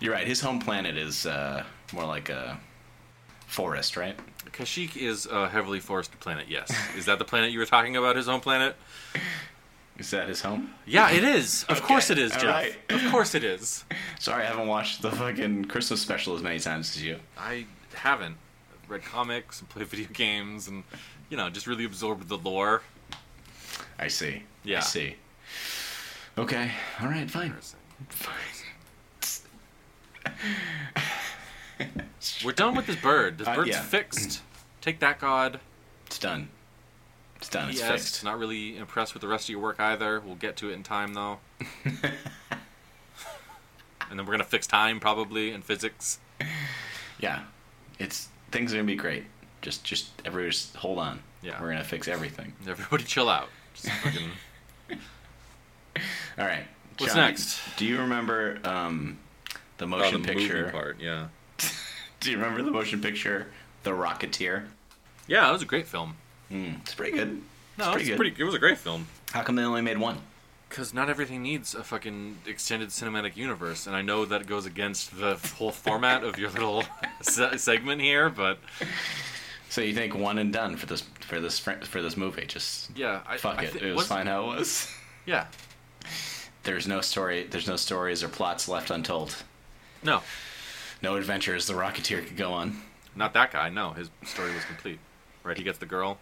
Speaker 2: You're right. His home planet is uh, more like a forest, right?
Speaker 1: Kashyyyk is a heavily forested planet. Yes, is that the planet you were talking about? His own planet?
Speaker 2: Is that his home?
Speaker 1: Yeah, it is. Of
Speaker 2: Okay,
Speaker 1: course it is,
Speaker 2: all
Speaker 1: Jeff.
Speaker 2: right.
Speaker 1: Of course it is.
Speaker 2: Sorry, I haven't watched the fucking Christmas special as many times as you.
Speaker 1: I haven't read comics and played video games and you know just really absorbed the lore.
Speaker 2: I see. I
Speaker 1: Yeah.
Speaker 2: see. Okay. All right. Fine.
Speaker 1: We're done with this bird. This
Speaker 2: Uh,
Speaker 1: bird's
Speaker 2: yeah.
Speaker 1: fixed. Take that, God.
Speaker 2: It's done. It's done. It's
Speaker 1: Yes,
Speaker 2: fixed.
Speaker 1: Not really impressed with the rest of your work either. We'll get to it in time
Speaker 2: [LAUGHS]
Speaker 1: though. and then we're gonna fix time probably and physics.
Speaker 2: yeah. It's things are gonna be great. Just, just everybody, just hold on.
Speaker 1: Yeah.
Speaker 2: We're gonna fix everything.
Speaker 1: Everybody chill out. Just fucking
Speaker 2: All right.
Speaker 1: What's
Speaker 2: John,
Speaker 1: next? Oh,
Speaker 2: Do you remember um, the motion picture?
Speaker 1: part, yeah.
Speaker 2: Do you remember the motion picture, The Rocketeer?
Speaker 1: Yeah, that was a great film.
Speaker 2: Mm, it's pretty good.
Speaker 1: No,
Speaker 2: pretty
Speaker 1: it's
Speaker 2: good.
Speaker 1: pretty, it was a great film.
Speaker 2: How come they only made one?
Speaker 1: Because not everything needs a fucking extended cinematic universe, and I know that goes against the whole format of your little [LAUGHS] se- segment here, but
Speaker 2: So you think one and done for this for this fr- for this movie? Just
Speaker 1: yeah, I,
Speaker 2: fuck
Speaker 1: I
Speaker 2: it.
Speaker 1: thi-
Speaker 2: it was
Speaker 1: what's-
Speaker 2: fine how it was. [LAUGHS]
Speaker 1: Yeah,
Speaker 2: There's no story. There's no stories or plots left untold.
Speaker 1: no,
Speaker 2: No adventures the Rocketeer could go on.
Speaker 1: not that guy. No, his story was complete. Right, he gets the girl,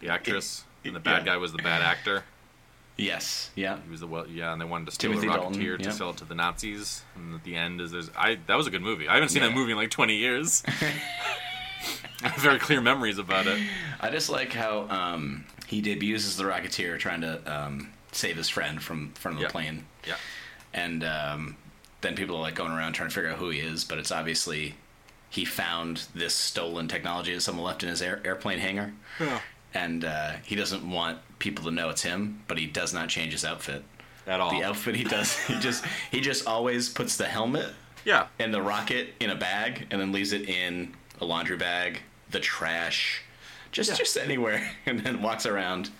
Speaker 1: the actress, and the bad
Speaker 2: Yeah.
Speaker 1: guy was the bad actor.
Speaker 2: Yes. Yeah.
Speaker 1: He was the well, yeah, and they wanted to steal
Speaker 2: Timothy
Speaker 1: the Rocketeer
Speaker 2: Dalton,
Speaker 1: to
Speaker 2: yeah.
Speaker 1: sell it to the Nazis. And at the end is there's I that was a good movie. I haven't seen
Speaker 2: Yeah.
Speaker 1: that movie in like 20
Speaker 2: [LAUGHS]
Speaker 1: years. [LAUGHS] I have very clear memories about it.
Speaker 2: I just like how um, he debuts as the Rocketeer trying to um, save his friend from from the
Speaker 1: Yeah.
Speaker 2: plane,
Speaker 1: Yeah,
Speaker 2: and um, then people are like going around trying to figure out who he is, but it's obviously he found this stolen technology that someone left in his air- airplane hangar,
Speaker 1: Yeah.
Speaker 2: and uh, he doesn't want people to know it's him, but he does not change his outfit.
Speaker 1: at all.
Speaker 2: The outfit he does, [LAUGHS] he just he just always puts the helmet
Speaker 1: yeah,
Speaker 2: and the rocket in a bag and then leaves it in a laundry bag, the trash, just
Speaker 1: Yeah.
Speaker 2: just anywhere, [LAUGHS] and then walks around.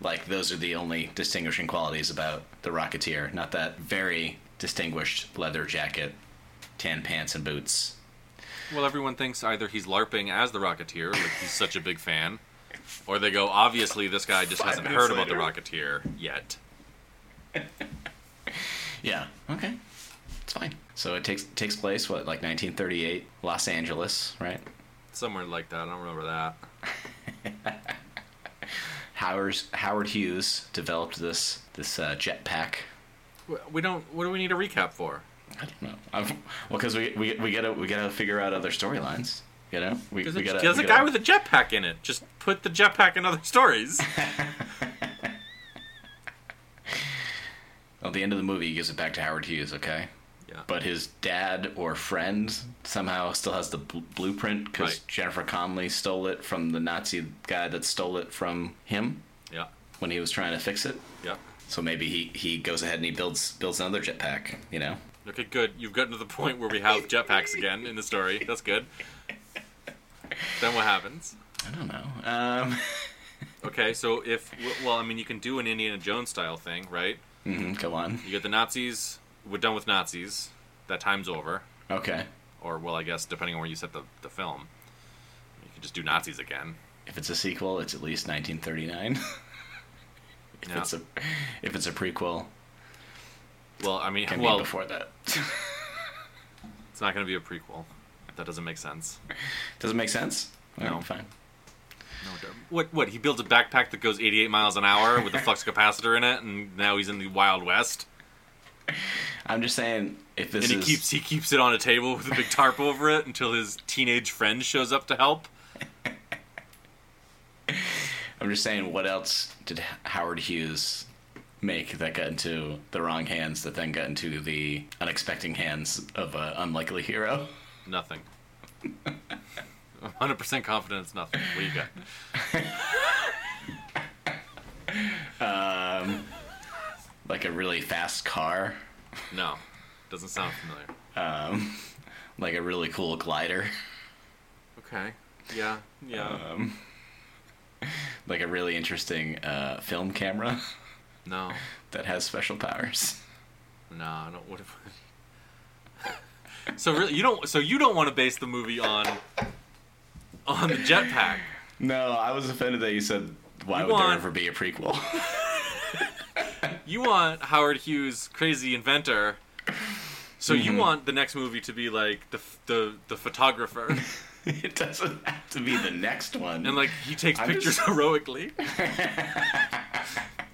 Speaker 2: Like those are the only distinguishing qualities about the Rocketeer, not that very distinguished leather jacket, tan pants and boots.
Speaker 1: Well, everyone thinks either he's LARPing as the Rocketeer, like he's such a big fan, or they go, obviously, this guy just
Speaker 2: Five
Speaker 1: hasn't
Speaker 2: minutes
Speaker 1: heard about the
Speaker 2: later.
Speaker 1: Rocketeer yet.
Speaker 2: Yeah. Okay. It's fine. So it takes takes place what like 1938, Los Angeles, right?
Speaker 1: Somewhere like that. I don't remember that.
Speaker 2: Howard Howard Hughes developed this this uh, jetpack
Speaker 1: W- We don't. What do we need a recap for?
Speaker 2: I don't know. I'm, well, because we, we we gotta we gotta figure out other storylines. You know, we,
Speaker 1: There's
Speaker 2: we
Speaker 1: a,
Speaker 2: gotta.
Speaker 1: there's
Speaker 2: we
Speaker 1: a
Speaker 2: gotta-
Speaker 1: guy with a jetpack in it. Just put the [LAUGHS]
Speaker 2: [LAUGHS]
Speaker 1: jetpack in other stories.
Speaker 2: Well, at the end of the movie, he gives it back to Howard Hughes. Okay.
Speaker 1: Yeah.
Speaker 2: But his dad or friend somehow still has the bl- blueprint because
Speaker 1: Right.
Speaker 2: Jennifer Connelly stole it from the Nazi guy that stole it from him
Speaker 1: yeah.
Speaker 2: when he was trying to fix it.
Speaker 1: Yeah.
Speaker 2: So maybe he, he goes ahead and he builds builds another jetpack. You know.
Speaker 1: Okay, good. You've gotten to the point where we have jetpacks again in the story. That's good. Then what happens?
Speaker 2: I don't know. Um, [LAUGHS]
Speaker 1: Okay, so if well, I mean, you can do an Indiana Jones style thing, right?
Speaker 2: mhm, go on.
Speaker 1: You get the Nazis. We're done with Nazis. That time's over.
Speaker 2: Okay.
Speaker 1: Or well, I guess depending on where you set the the film, you can just do Nazis again.
Speaker 2: If it's a sequel, it's at least 1939. [LAUGHS] if
Speaker 1: Yeah.
Speaker 2: it's a if it's a prequel,
Speaker 1: Well, I mean,
Speaker 2: can
Speaker 1: well,
Speaker 2: be before that. [LAUGHS]
Speaker 1: it's not going to be a prequel. That doesn't make sense.
Speaker 2: Does it make sense?
Speaker 1: No.
Speaker 2: Alright, fine.
Speaker 1: No, it doesn't. what? What? He builds a backpack that goes 88 miles an hour with a
Speaker 2: [LAUGHS]
Speaker 1: flux capacitor in it, and now he's in the Wild West.
Speaker 2: I'm just saying if this
Speaker 1: and he
Speaker 2: is
Speaker 1: keeps he keeps it on a table with a big tarp over it until his teenage friend shows up to help.
Speaker 2: I'm just saying what else did H- Howard Hughes make that got into the wrong hands that then got into the unexpected hands of an unlikely hero?
Speaker 1: Nothing. 100% confident it's nothing. What do you got?
Speaker 2: Like a really fast car,
Speaker 1: No, doesn't sound familiar.
Speaker 2: like a really cool glider, [LAUGHS]
Speaker 1: Okay. Yeah. Yeah.
Speaker 2: like a really interesting uh, film camera [LAUGHS]
Speaker 1: no.
Speaker 2: that has special powers.
Speaker 1: No. I don't. What if? [LAUGHS] so really, you don't. So you don't want to base the movie on on the jetpack.
Speaker 2: No, I was offended that you said why
Speaker 1: You
Speaker 2: would there
Speaker 1: want-
Speaker 2: ever be a prequel? [LAUGHS]
Speaker 1: You want Howard Hughes, crazy inventor. So you want the next movie to be like the f- the the photographer.
Speaker 2: it doesn't have to be the next one.
Speaker 1: and like he takes
Speaker 2: I'm [LAUGHS]
Speaker 1: pictures
Speaker 2: just-
Speaker 1: heroically.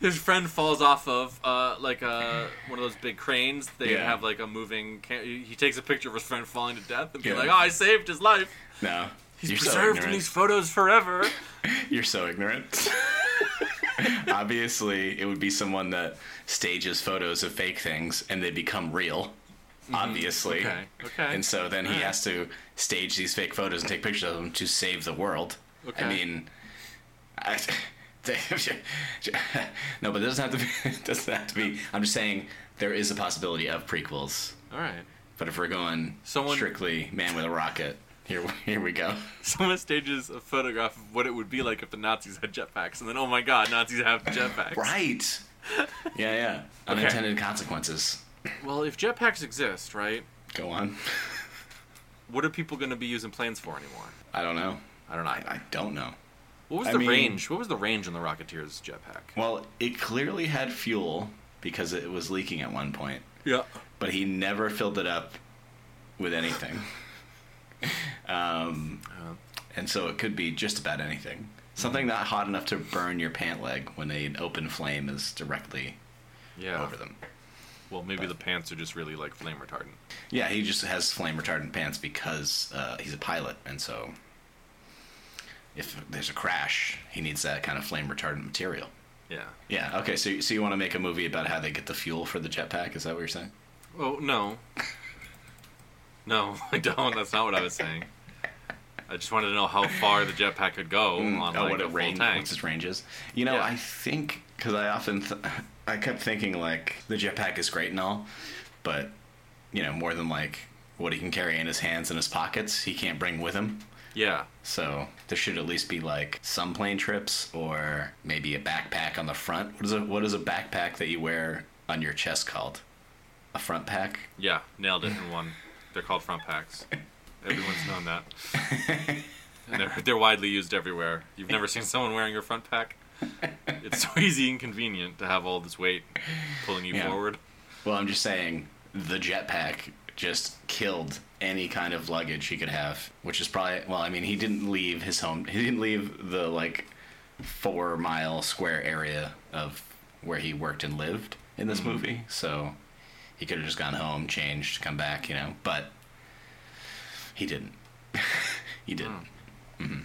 Speaker 1: His friend falls off of uh, like a, one of those big cranes. They
Speaker 2: Yeah.
Speaker 1: have like a moving. Ca- he takes a picture of his friend falling to death and be
Speaker 2: Yeah.
Speaker 1: like, "Oh, I saved his life.
Speaker 2: no,
Speaker 1: He's
Speaker 2: you're so
Speaker 1: preserved in
Speaker 2: ignorant.
Speaker 1: these photos forever."
Speaker 2: You're so ignorant. [LAUGHS] Obviously, it would be someone that stages photos of fake things and they become real. Obviously.
Speaker 1: Mm-hmm. Okay. Okay.
Speaker 2: And so then he
Speaker 1: Alright.
Speaker 2: has to stage these fake photos and take pictures of them to save the world.
Speaker 1: Okay.
Speaker 2: I mean, I, [LAUGHS] no, but it doesn't have to be. [LAUGHS] It doesn't have to be. I'm just saying there is a possibility of prequels.
Speaker 1: All right.
Speaker 2: But if we're going
Speaker 1: Someone-
Speaker 2: strictly man with a rocket, here [LAUGHS] here we go.
Speaker 1: Someone stages a photograph of what it would be like if the Nazis had jetpacks, and then oh my God, Nazis have jetpacks.
Speaker 2: Right. [LAUGHS] Yeah, yeah. Unintended consequences.
Speaker 1: Well, if jetpacks exist, right?
Speaker 2: Go on.
Speaker 1: What are people going to be using planes for anymore?
Speaker 2: I don't know.
Speaker 1: I don't know.
Speaker 2: I, I don't know.
Speaker 1: What was
Speaker 2: I
Speaker 1: the
Speaker 2: mean-
Speaker 1: range? What was the range on the Rocketeer's jetpack?
Speaker 2: Well, it clearly had fuel because it was leaking at one point,
Speaker 1: Yeah.
Speaker 2: but he never filled it up with anything. um, and so it could be just about anything. Something not hot enough to burn your pant leg when an open flame is directly
Speaker 1: Yeah.
Speaker 2: over them.
Speaker 1: Well, maybe the pants are just really like flame retardant.
Speaker 2: Yeah, he just has flame retardant pants because uh, he's a pilot, and so if there's a crash, he needs that kind of flame retardant material.
Speaker 1: Yeah.
Speaker 2: Yeah. Okay. So, so you want to make a movie about how they get the fuel for the jetpack? Is that what you're saying?
Speaker 1: Oh no. No, [LAUGHS] I don't. That's not what I was saying. I just wanted to know how far the jetpack could go on like Mm. Oh, a full
Speaker 2: Oh, range?
Speaker 1: tank.
Speaker 2: What's its ranges? You know,
Speaker 1: Yeah.
Speaker 2: I think because I often th- I kept thinking like the jetpack is great and all, but you know more than like what he can carry in his hands and his pockets, he can't bring with him.
Speaker 1: Yeah.
Speaker 2: So there should at least be like some plane trips or maybe a backpack on the front. What is a what is a backpack that you wear on your chest called? A front pack?
Speaker 1: Yeah. Nailed it in one. They're called front packs. Everyone's known that. [LAUGHS] And they're they're widely used everywhere. You've never seen someone wearing a front pack. It's so easy and convenient to have all this weight pulling you
Speaker 2: Yeah.
Speaker 1: forward.
Speaker 2: Well, I'm just saying the jetpack just killed any kind of luggage he could have, which is probably well, I mean, he didn't leave his home. He didn't leave the like 4-mile square area of where he worked and lived
Speaker 1: Mm-hmm.
Speaker 2: in this movie. So he could have just gone home, changed, come back, you know, but he didn't. [LAUGHS] he didn't.
Speaker 1: Hmm.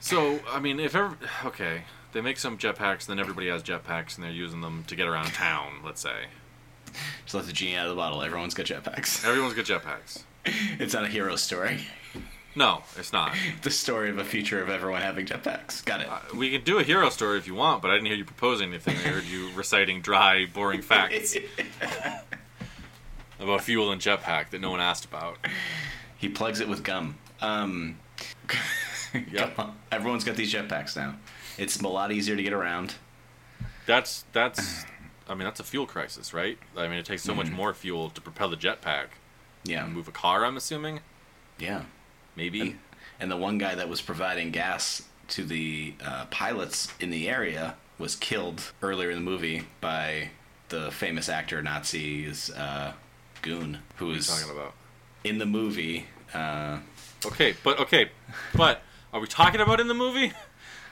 Speaker 1: So I mean, if ever okay, They make some jetpacks, then everybody has jetpacks, and they're using them to get around town. Let's say
Speaker 2: Just let the genie out of the bottle. Everyone's got jetpacks.
Speaker 1: everyone's got jetpacks.
Speaker 2: [LAUGHS] It's not a hero story. [LAUGHS]
Speaker 1: No, it's not.
Speaker 2: The story of a future of everyone having jetpacks. Got it.
Speaker 1: Uh, we can do a hero story if you want, but I didn't hear you propose anything. I heard
Speaker 2: [LAUGHS]
Speaker 1: you reciting dry, boring facts about fuel and jetpack that no one asked about.
Speaker 2: he plugs it with gum. Um,
Speaker 1: Yeah.
Speaker 2: come on. Everyone's got these jetpacks now. It's a lot easier to get around.
Speaker 1: That's that's. I mean, that's a fuel crisis, right? I mean, it takes so much
Speaker 2: Mm-hmm.
Speaker 1: more fuel to propel the jetpack
Speaker 2: Yeah.
Speaker 1: and move a car. I'm assuming,
Speaker 2: Yeah.
Speaker 1: maybe.
Speaker 2: And the one guy that was providing gas to the uh, pilots in the area was killed earlier in the movie by the famous actor Nazi's uh, goon, who
Speaker 1: what are you
Speaker 2: is
Speaker 1: talking about?
Speaker 2: in the movie. Uh,
Speaker 1: Okay, but okay, but are we talking about in the movie? [LAUGHS]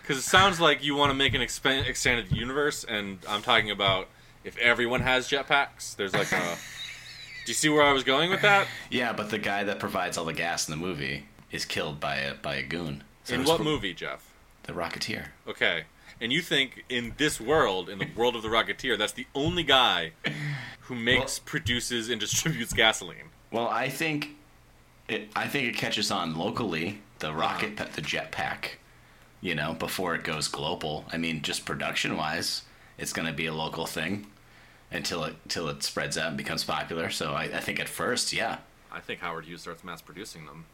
Speaker 1: Because it sounds like you want to make an expan- expanded universe, and I'm talking about if everyone has jetpacks. There's like a. Do you see where I was going with that?
Speaker 2: yeah, but the guy that provides all the gas in the movie is killed by a by a goon. So it
Speaker 1: in
Speaker 2: was
Speaker 1: what
Speaker 2: pro-
Speaker 1: movie, Jeff?
Speaker 2: The Rocketeer.
Speaker 1: Okay, and you think in this world, in the world of the Rocketeer, that's the only guy who makes, produces, and [LAUGHS] distributes gasoline.
Speaker 2: Well, I think it. I think it catches on locally. The rocket, pa- the jetpack, you know, before it goes global. I mean, just production wise, it's going to be a local thing until it till it spreads out and becomes popular. So I, I think at first, yeah,
Speaker 1: I think Howard Hughes starts mass producing them.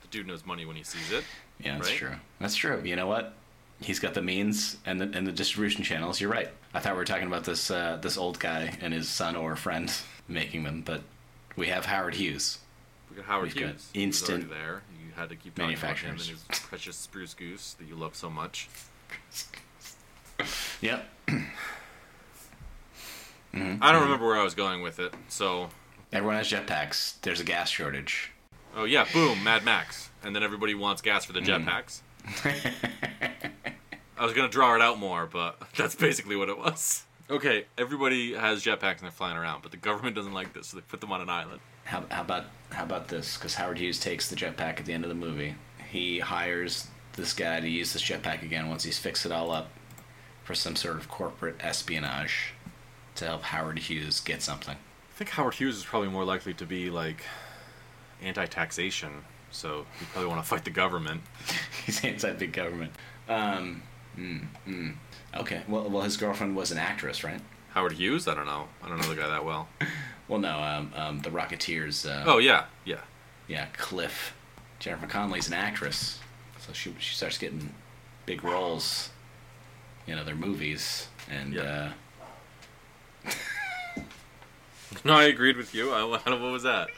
Speaker 1: The dude knows money when he sees it.
Speaker 2: yeah, that's
Speaker 1: Right.
Speaker 2: true. That's true. You know what? He's got the means and the and the distribution channels. You're right. I thought we were talking about this uh, this old guy and his son or friend [LAUGHS] making them, but we have Howard Hughes.
Speaker 1: We got Howard
Speaker 2: We've got
Speaker 1: Hughes. He was already
Speaker 2: instant
Speaker 1: there. You had to keep talking about him and his
Speaker 2: manufacturers.
Speaker 1: precious spruce goose that you love so much.
Speaker 2: Yep. Mm-hmm.
Speaker 1: I don't remember where I was going with it. So,
Speaker 2: Everyone has jetpacks. There's a gas shortage.
Speaker 1: oh yeah, boom, Mad Max, and then everybody wants gas for the
Speaker 2: Mm.
Speaker 1: jetpacks.
Speaker 2: [LAUGHS]
Speaker 1: I was gonna draw it out more, but [LAUGHS] that's basically what it was. Okay, everybody has jetpacks and they're flying around, but the government doesn't like this, so they put them on an island.
Speaker 2: How, how about how about this? Because Howard Hughes takes the jetpack at the end of the movie. He hires this guy to use this jetpack again once he's fixed it all up for some sort of corporate espionage to help Howard Hughes get something. [LAUGHS]
Speaker 1: I think Howard Hughes is probably more likely to be like anti-taxation, so you probably want to fight the government.
Speaker 2: He's anti big government. Um, mm, mm. Okay. Well, well, his girlfriend was an actress, right?
Speaker 1: Howard Hughes? I don't know. I don't know the guy that well.
Speaker 2: Well, no. Um, um, the Rocketeers. Uh,
Speaker 1: Oh yeah, yeah.
Speaker 2: Yeah, Cliff. Jennifer Connelly's an actress, so she she starts getting big roles in other movies, and
Speaker 1: Yeah.
Speaker 2: [LAUGHS] uh,
Speaker 1: No, I agreed with you. I, [LAUGHS] what was that?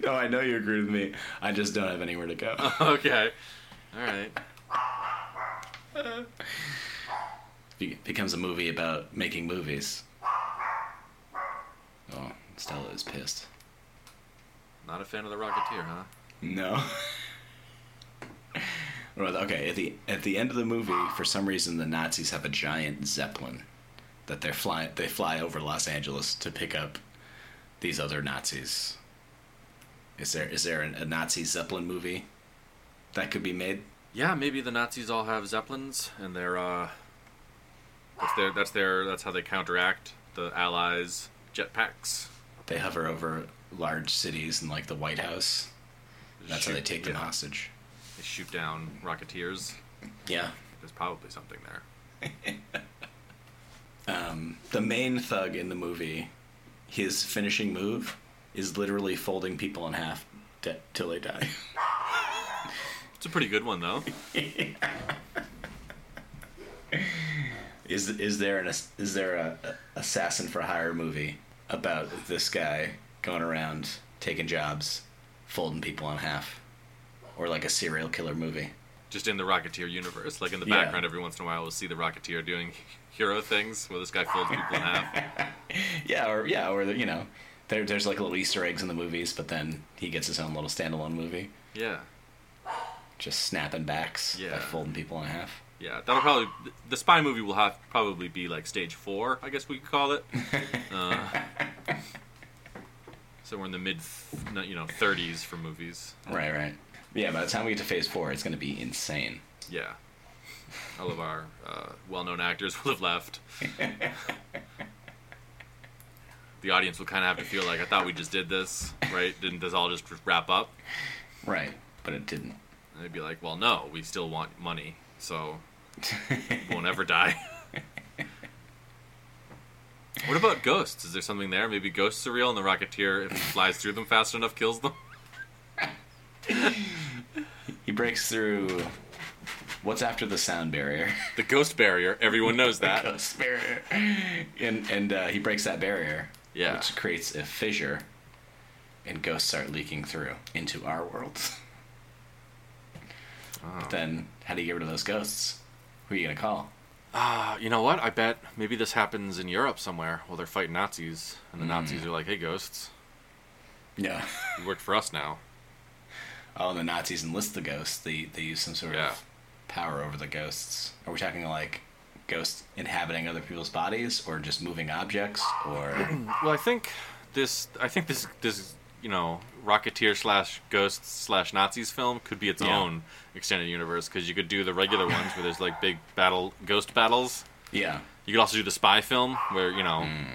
Speaker 2: no, Oh, I know you agree with me. I just don't have anywhere to go.
Speaker 1: Okay. All right.
Speaker 2: [LAUGHS] Be- becomes a movie about making movies. Oh, Stella is pissed.
Speaker 1: Not a fan of the Rocketeer, huh?
Speaker 2: No. Well, okay, at the at the end of the movie, for some reason, the Nazis have a giant zeppelin that they fly they fly over Los Angeles to pick up these other Nazis. Is there is there an, a Nazi zeppelin movie that could be made?
Speaker 1: Yeah, maybe the Nazis all have zeppelins, and they're uh, that's their that's their that's how they counteract the Allies' jetpacks.
Speaker 2: They hover over large cities and like the White House. That's how they take them
Speaker 1: yeah,
Speaker 2: hostage.
Speaker 1: They shoot down Rocketeers.
Speaker 2: Yeah.
Speaker 1: There's probably something there.
Speaker 2: the main thug in the movie, his finishing move is literally folding people in half de- till they die.
Speaker 1: It's a pretty good one though.
Speaker 2: Is is there an ass- is there a, a assassin for hire movie about this guy going around taking jobs, folding people in half, or like a serial killer movie?
Speaker 1: Just in the Rocketeer universe, like in the
Speaker 2: Yeah.
Speaker 1: background, every once in a while we'll see the Rocketeer doing [LAUGHS] hero things where this guy folds people in
Speaker 2: [LAUGHS]
Speaker 1: half.
Speaker 2: Yeah, or yeah, or you know, there there's like little Easter eggs in the movies, but then he gets his own little standalone movie,
Speaker 1: Yeah.
Speaker 2: just snapping backs by
Speaker 1: Yeah.
Speaker 2: folding people in half.
Speaker 1: Yeah, that'll probably th- the spy movie will have probably be like stage four, I guess we could call it. Uh, so we're in the mid, th- you know, thirties for movies.
Speaker 2: Right, right. Yeah, by the time we get to phase four, it's going to be insane.
Speaker 1: Yeah, All of our uh, well-known actors [LAUGHS] will have left. the audience will kind of have to feel like I thought we just did this, right? Didn't this all just wrap up?
Speaker 2: Right, but it didn't. [LAUGHS]
Speaker 1: And they'd be like, "Well, no, we still want money, so it won't ever die." what about ghosts? Is there something there? Maybe ghosts are real, and the Rocketeer, if he flies through them fast enough, kills them.
Speaker 2: He breaks through. What's after the sound barrier?
Speaker 1: The ghost barrier. Everyone knows
Speaker 2: The
Speaker 1: that.
Speaker 2: [LAUGHS] ghost barrier. And and uh, he breaks that barrier.
Speaker 1: Yeah.
Speaker 2: Which creates a fissure, and ghosts start leaking through into our worlds.
Speaker 1: Oh.
Speaker 2: But then, how do you get rid of those ghosts? Who are you gonna call?
Speaker 1: Uh, you know what? I bet maybe this happens in Europe somewhere. Well, they're fighting Nazis, and the Nazis are like, "Hey, ghosts,
Speaker 2: Yeah. [LAUGHS]
Speaker 1: you work for us now."
Speaker 2: Oh, and the Nazis enlist the ghosts. They they use some sort
Speaker 1: Yeah.
Speaker 2: of power over the ghosts. Are we talking like ghosts inhabiting other people's bodies, or just moving objects, or [CLEARS THROAT]
Speaker 1: Well, I think this. I think this. This. You know, Rocketeer slash Ghosts slash Nazis film could be its
Speaker 2: Yeah.
Speaker 1: own extended universe because you could do the regular ones where there's like big battle ghost battles.
Speaker 2: yeah,
Speaker 1: You could also do the spy film where you know
Speaker 2: Hmm.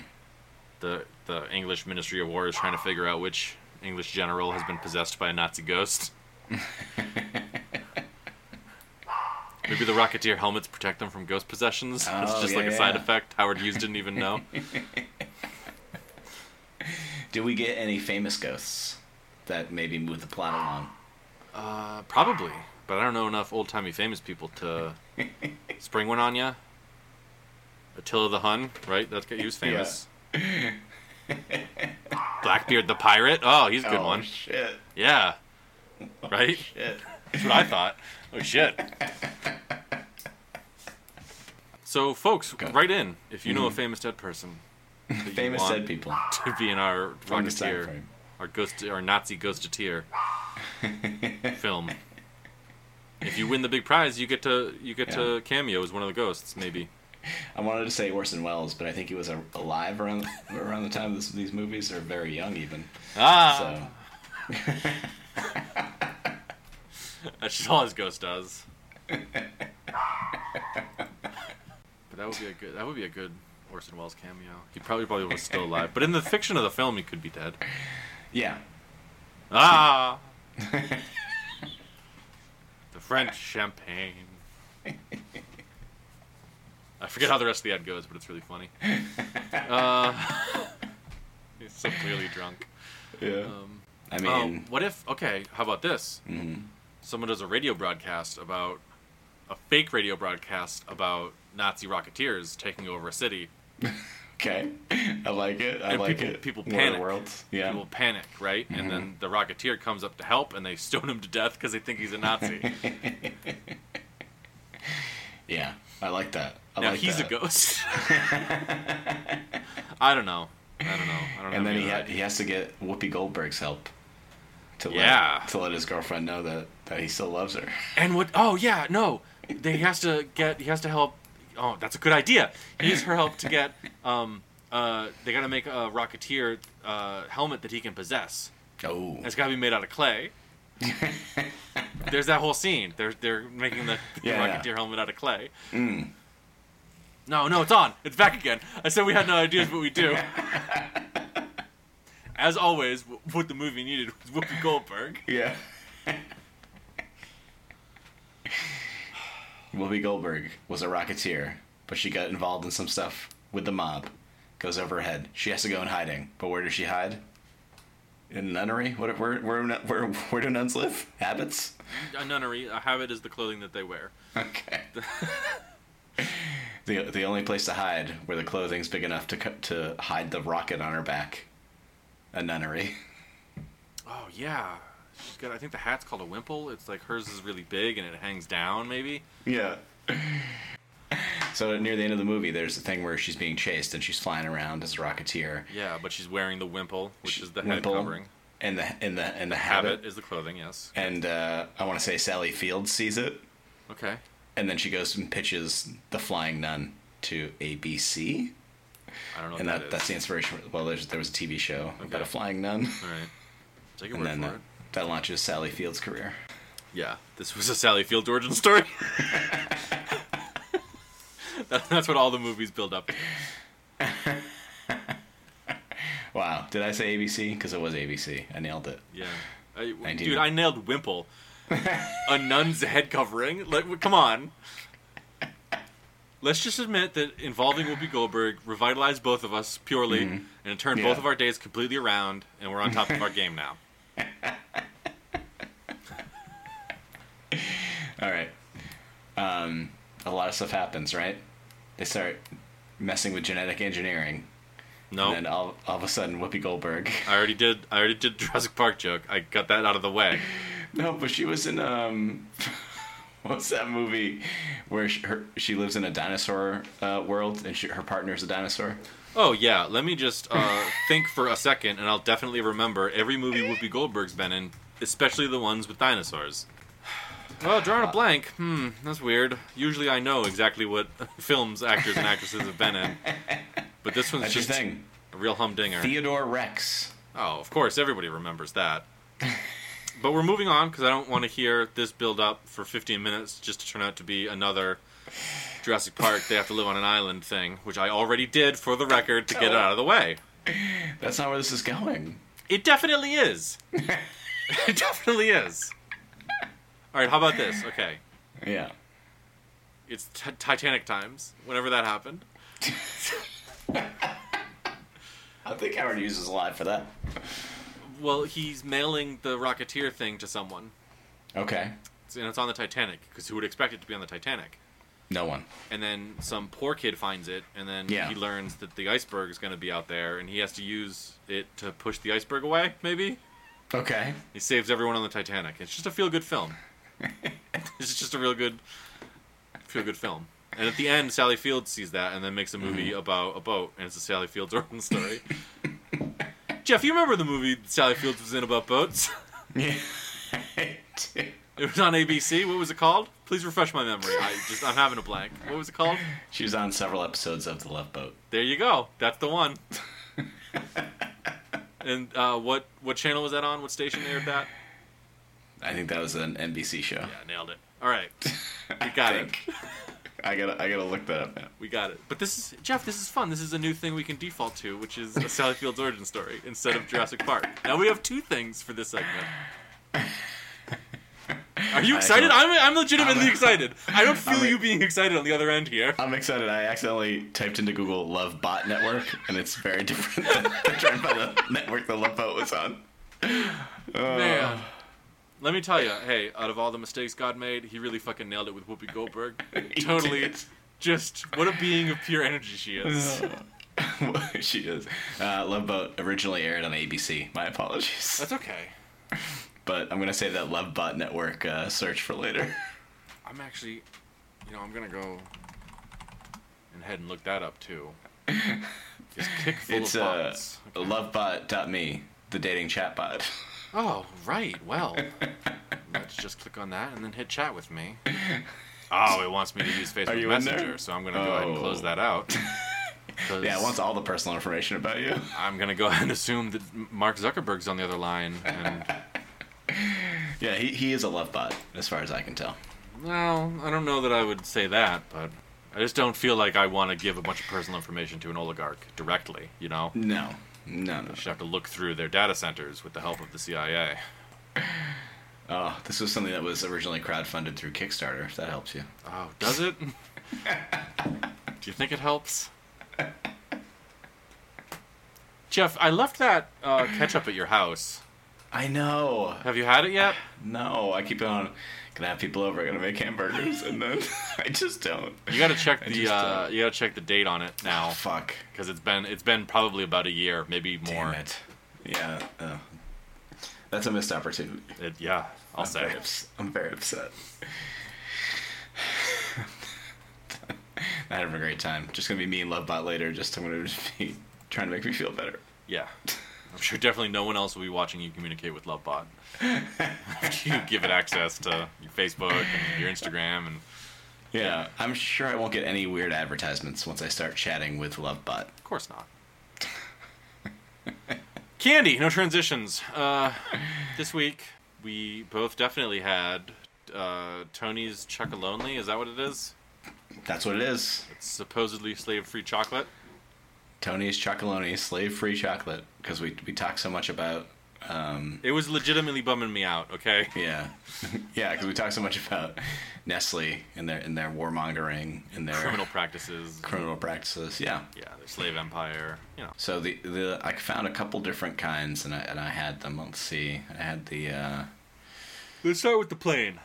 Speaker 1: the the English Ministry of War is trying to figure out which English general has been possessed by a Nazi
Speaker 2: [LAUGHS]
Speaker 1: ghost. Maybe the Rocketeer helmets protect them from ghost possessions. [LAUGHS] it's
Speaker 2: Oh,
Speaker 1: just
Speaker 2: yeah,
Speaker 1: like a
Speaker 2: yeah,
Speaker 1: side
Speaker 2: yeah.
Speaker 1: effect. Howard Hughes didn't even
Speaker 2: [LAUGHS]
Speaker 1: know.
Speaker 2: do we get any famous ghosts that maybe move the plot along?
Speaker 1: Uh, probably, but I don't know enough old timey famous people
Speaker 2: [LAUGHS]
Speaker 1: to spring one on ya. Attila the Hun, right? That's he was famous. Blackbeard the pirate. Oh, he's a good
Speaker 2: Oh,
Speaker 1: one.
Speaker 2: Shit.
Speaker 1: Yeah. Right?
Speaker 2: [LAUGHS] Shit.
Speaker 1: That's what I thought. Oh shit. So folks,
Speaker 2: Okay. Mm-hmm.
Speaker 1: write in if you know a famous dead person. that you
Speaker 2: Famous
Speaker 1: want
Speaker 2: dead people.
Speaker 1: to be in our
Speaker 2: From the time
Speaker 1: Rocketeer,
Speaker 2: frame.
Speaker 1: our ghost, our Nazi
Speaker 2: [LAUGHS]
Speaker 1: Ghosteteer film. If you win the big prize, you get to you get to cameo as one of the ghosts, maybe.
Speaker 2: I wanted to say Orson Welles, but I think he was a- alive around around the time of this, these movies, or very young even.
Speaker 1: Ah,
Speaker 2: So
Speaker 1: that's just all his ghost does. but that would be a good that would be a good Orson Welles cameo. He probably probably was still alive, but in the fiction of the film, he could be dead.
Speaker 2: yeah,
Speaker 1: Ah. the French champagne. I forget how the rest of the ad goes, but it's really funny. Uh, [LAUGHS] he's so clearly drunk.
Speaker 2: yeah.
Speaker 1: Um,
Speaker 2: I
Speaker 1: oh,
Speaker 2: mean,
Speaker 1: what if? Okay, how about this?
Speaker 2: mhm.
Speaker 1: Someone does a radio broadcast about a fake radio broadcast about Nazi rocketeers taking over a city.
Speaker 2: okay, [LAUGHS] I like it. I
Speaker 1: And
Speaker 2: like
Speaker 1: people-
Speaker 2: it.
Speaker 1: people
Speaker 2: War of the
Speaker 1: panic.
Speaker 2: Worlds. Yeah. Mm-hmm.
Speaker 1: People panic, right? And then the rocketeer comes up to help, and they [LAUGHS] stone him to death because they think he's a
Speaker 2: [LAUGHS]
Speaker 1: Nazi.
Speaker 2: Yeah, I like that. I
Speaker 1: now
Speaker 2: like
Speaker 1: he's
Speaker 2: that.
Speaker 1: a
Speaker 2: [LAUGHS]
Speaker 1: ghost. [LAUGHS] I don't know. I don't know. I don't
Speaker 2: And
Speaker 1: have
Speaker 2: then he
Speaker 1: any
Speaker 2: ha-
Speaker 1: idea.
Speaker 2: he has to get Whoopi Goldberg's help to let
Speaker 1: Yeah.
Speaker 2: to let his girlfriend know that that he still loves her.
Speaker 1: And what? Oh yeah, no. Then he has to get. He has to help. Oh, that's a good idea. He needs her help to get. Um. Uh. They gotta make a rocketeer uh, helmet that he can possess.
Speaker 2: Oh,
Speaker 1: It's gotta be made out of clay. There's that whole scene. They're they're making the, the
Speaker 2: Yeah, Mm. yeah.
Speaker 1: rocketeer helmet out of clay. No, no, it's on. It's back again. I said we had no ideas, but we
Speaker 2: [LAUGHS]
Speaker 1: do. As always, w- what the movie needed was Whoopi Goldberg.
Speaker 2: [LAUGHS] yeah. [SIGHS] Whoopi Goldberg was a rocketeer, but she got involved in some stuff with the mob. Goes over her head. She has to go in hiding. But where does she hide? In a nunnery? What? Where? Where? Where? Where do nuns live? Habits?
Speaker 1: A Uh, nunnery, a habit is the clothing that they wear.
Speaker 2: Okay. [LAUGHS] the the only place to hide where the clothing's big enough to co- to hide the rocket on her back, a nunnery. [LAUGHS]
Speaker 1: Oh yeah, she's got. I think the hat's called a wimple. It's like hers is really big and it hangs down. Maybe.
Speaker 2: Yeah. So near the end of the movie, there's a thing where she's being chased and she's flying around as a rocketeer.
Speaker 1: Yeah, but she's wearing the wimple, which is the head
Speaker 2: Wimple
Speaker 1: covering.
Speaker 2: And the and the and the habit.
Speaker 1: Habit is the clothing. Yes.
Speaker 2: And uh, I want to say Sally Field sees it,
Speaker 1: Okay.
Speaker 2: and then she goes and pitches the flying nun to ABC,
Speaker 1: I don't know what Oh,
Speaker 2: and that,
Speaker 1: that
Speaker 2: that's
Speaker 1: is.
Speaker 2: the inspiration. For, well, there's, there was a TV show about a flying nun.
Speaker 1: All right. Take your
Speaker 2: and
Speaker 1: word
Speaker 2: then
Speaker 1: for
Speaker 2: that,
Speaker 1: it.
Speaker 2: that launches Sally Field's career.
Speaker 1: [LAUGHS] Yeah, this was a Sally Field origin story. That, that's what all the movies build up. to.
Speaker 2: Wow. Did I say ABC? Because it was ABC. I nailed it.
Speaker 1: Yeah. I,
Speaker 2: 19.
Speaker 1: dude, I nailed Wimple. a nun's head covering. Like, w- come on. Let's just admit that involving Whoopi Goldberg revitalized both of us purely, and it turned both
Speaker 2: Mm-hmm. Yeah.
Speaker 1: of our days completely around, and we're on top
Speaker 2: [LAUGHS]
Speaker 1: of our game now.
Speaker 2: All right. Um, a lot of stuff happens, right? They start messing with genetic engineering,
Speaker 1: No,
Speaker 2: and then uh, all, all of a sudden, Whoopi Goldberg. [LAUGHS]
Speaker 1: I already did. I already did Jurassic Park joke. I got that out of the way.
Speaker 2: No, but she was in um, [LAUGHS] what's that movie where she, her, she lives in a dinosaur uh, world and she, her partner's a dinosaur?
Speaker 1: Oh yeah, let me just uh, think for a second, and I'll definitely remember every movie Whoopi Goldberg's been in, especially the ones with dinosaurs. [SIGHS] Well, drawing a blank. Hmm, that's weird. Usually, I know exactly what [LAUGHS] films actors and actresses have been in, but this one's
Speaker 2: That's
Speaker 1: just
Speaker 2: your thing.
Speaker 1: a real humdinger.
Speaker 2: Theodore Rex.
Speaker 1: oh, of course, everybody remembers that. But we're moving on because I don't want to hear this build up for 15 minutes just to turn out to be another Jurassic Park. They have to live on an island thing, which I already did for the record to get it out of the way.
Speaker 2: That's not where this is going.
Speaker 1: It definitely [LAUGHS] is. it definitely is. All right, how about this? Okay,
Speaker 2: Yeah.
Speaker 1: it's t- Titanic times. Whenever that happened,
Speaker 2: I think Howard Hughes is alive for that.
Speaker 1: well, he's mailing the Rocketeer thing to someone,
Speaker 2: Okay.
Speaker 1: It's- and it's on the Titanic because who would expect it to be on the Titanic?
Speaker 2: No one.
Speaker 1: And then some poor kid finds it, and then
Speaker 2: Yeah.
Speaker 1: he learns that the iceberg is going to be out there, and he has to use it to push the iceberg away. Maybe
Speaker 2: Okay. [LAUGHS]
Speaker 1: he saves everyone on the Titanic. It's just a feel-good film. it's just a real good feel good film. And at the end, Sally Fields sees that and then makes a movie about a boat, and it's a Sally Fields [LAUGHS] origin story. Jeff, you remember the movie Sally Fields was in about boats? [LAUGHS]
Speaker 2: Yeah.
Speaker 1: It was on ABC. What was it called? Please refresh my memory. I just I'm having a blank. What was it called?
Speaker 2: she was on several episodes of The Love Boat.
Speaker 1: There you go. That's the one. And uh, what what channel was that on? What station aired that?
Speaker 2: I think that was an NBC show.
Speaker 1: Yeah, nailed it. All right, we
Speaker 2: [LAUGHS] I
Speaker 1: got it.
Speaker 2: think. I gotta I gotta look that up now.
Speaker 1: We got it. But this is Jeff. This is fun. This is a new thing we can default to, which is a Sally Fields origin story instead of Jurassic Park. Now we have two things for this segment. Are you
Speaker 2: I
Speaker 1: excited?
Speaker 2: don't-
Speaker 1: I'm, I'm legitimately
Speaker 2: I'm-
Speaker 1: excited. I don't feel
Speaker 2: I'm-
Speaker 1: you being excited on the other end here.
Speaker 2: I'm excited. I accidentally typed into Google Love Bot Network, and it's very [LAUGHS] different than determined by the network the Love Boat was on. [LAUGHS] Uh.
Speaker 1: Man. Let me tell you, hey, out of all the mistakes God made, he really fucking nailed it with Whoopi Goldberg.
Speaker 2: [LAUGHS] He
Speaker 1: totally.
Speaker 2: did.
Speaker 1: Just what a being of pure energy she is.
Speaker 2: [LAUGHS] she is. Uh, Love Boat originally aired on ABC. My apologies.
Speaker 1: That's okay.
Speaker 2: But I'm going to save that Love Bot Network uh, search for later. [LAUGHS]
Speaker 1: I'm actually, you know, I'm gonna go and head and look that up
Speaker 2: [LAUGHS]
Speaker 1: too. Just kick full
Speaker 2: It's
Speaker 1: of
Speaker 2: uh,
Speaker 1: bots.
Speaker 2: lovebot.me, the dating chatbot.
Speaker 1: Oh right, well, let's just click on that and then hit chat with me. Oh, it wants me to use
Speaker 2: [LAUGHS] Are you
Speaker 1: Facebook
Speaker 2: in there?
Speaker 1: Messenger, so I'm gonna go ahead and close
Speaker 2: Oh.
Speaker 1: that out. 'Cause
Speaker 2: [LAUGHS] Yeah, it wants all the personal information about
Speaker 1: [LAUGHS]
Speaker 2: you.
Speaker 1: I'm gonna go ahead and assume that Mark Zuckerberg's on the other line, and
Speaker 2: [LAUGHS] Yeah, he, he is a love bot, as far as I can tell.
Speaker 1: Well, I don't know that I would say that, but I just don't feel like I want to give a bunch of personal information to an oligarch directly, you know? You
Speaker 2: No. No, no.
Speaker 1: should have to look through their data centers with the help of the CIA.
Speaker 2: Oh, this was something that was originally crowdfunded through Kickstarter, if that helps you.
Speaker 1: Oh, does it? [LAUGHS] Do you think it helps? Jeff, I left that uh, ketchup at your house.
Speaker 2: I know.
Speaker 1: Have you had it yet?
Speaker 2: No, I keep on gonna have people over, gonna make hamburgers, and then [LAUGHS] I just don't.
Speaker 1: You gotta check
Speaker 2: I
Speaker 1: the
Speaker 2: just,
Speaker 1: uh,
Speaker 2: uh,
Speaker 1: you gotta check the date on it now,
Speaker 2: Fuck.
Speaker 1: because it's been it's been probably about a year, maybe more.
Speaker 2: Damn it. Yeah. Uh, that's a missed opportunity.
Speaker 1: It- yeah, I'll
Speaker 2: I'm
Speaker 1: say.
Speaker 2: very ups- I'm very upset. Not having a great time. Just gonna be me and Lovebot later. Just I'm gonna just be trying to make me feel better.
Speaker 1: Yeah. I'm sure definitely no one else will be watching you communicate with
Speaker 2: [LAUGHS]
Speaker 1: Lovebot. [LAUGHS] After you give it access to your Facebook and your Instagram and
Speaker 2: Yeah. I'm sure I won't get any weird advertisements once I start chatting with Lovebot.
Speaker 1: of course not. Candy, no transitions. Uh, this week we both definitely had uh, Tony's Chuck Lonely, is that what it is?
Speaker 2: That's what it is.
Speaker 1: It's supposedly slave-free chocolate.
Speaker 2: Tony's Chocoloni, slave-free chocolate, because we we talk so much about. Um,
Speaker 1: It was legitimately bumming me out. Okay.
Speaker 2: yeah, [LAUGHS] yeah, because we talk so much about Nestle and their and their warmongering and their
Speaker 1: Criminal practices.
Speaker 2: criminal practices. Yeah.
Speaker 1: Yeah, the slave empire. You know.
Speaker 2: So the the I found a couple different kinds and I and I had them. Let's see, I had the. Uh,
Speaker 1: Let's start with the plane.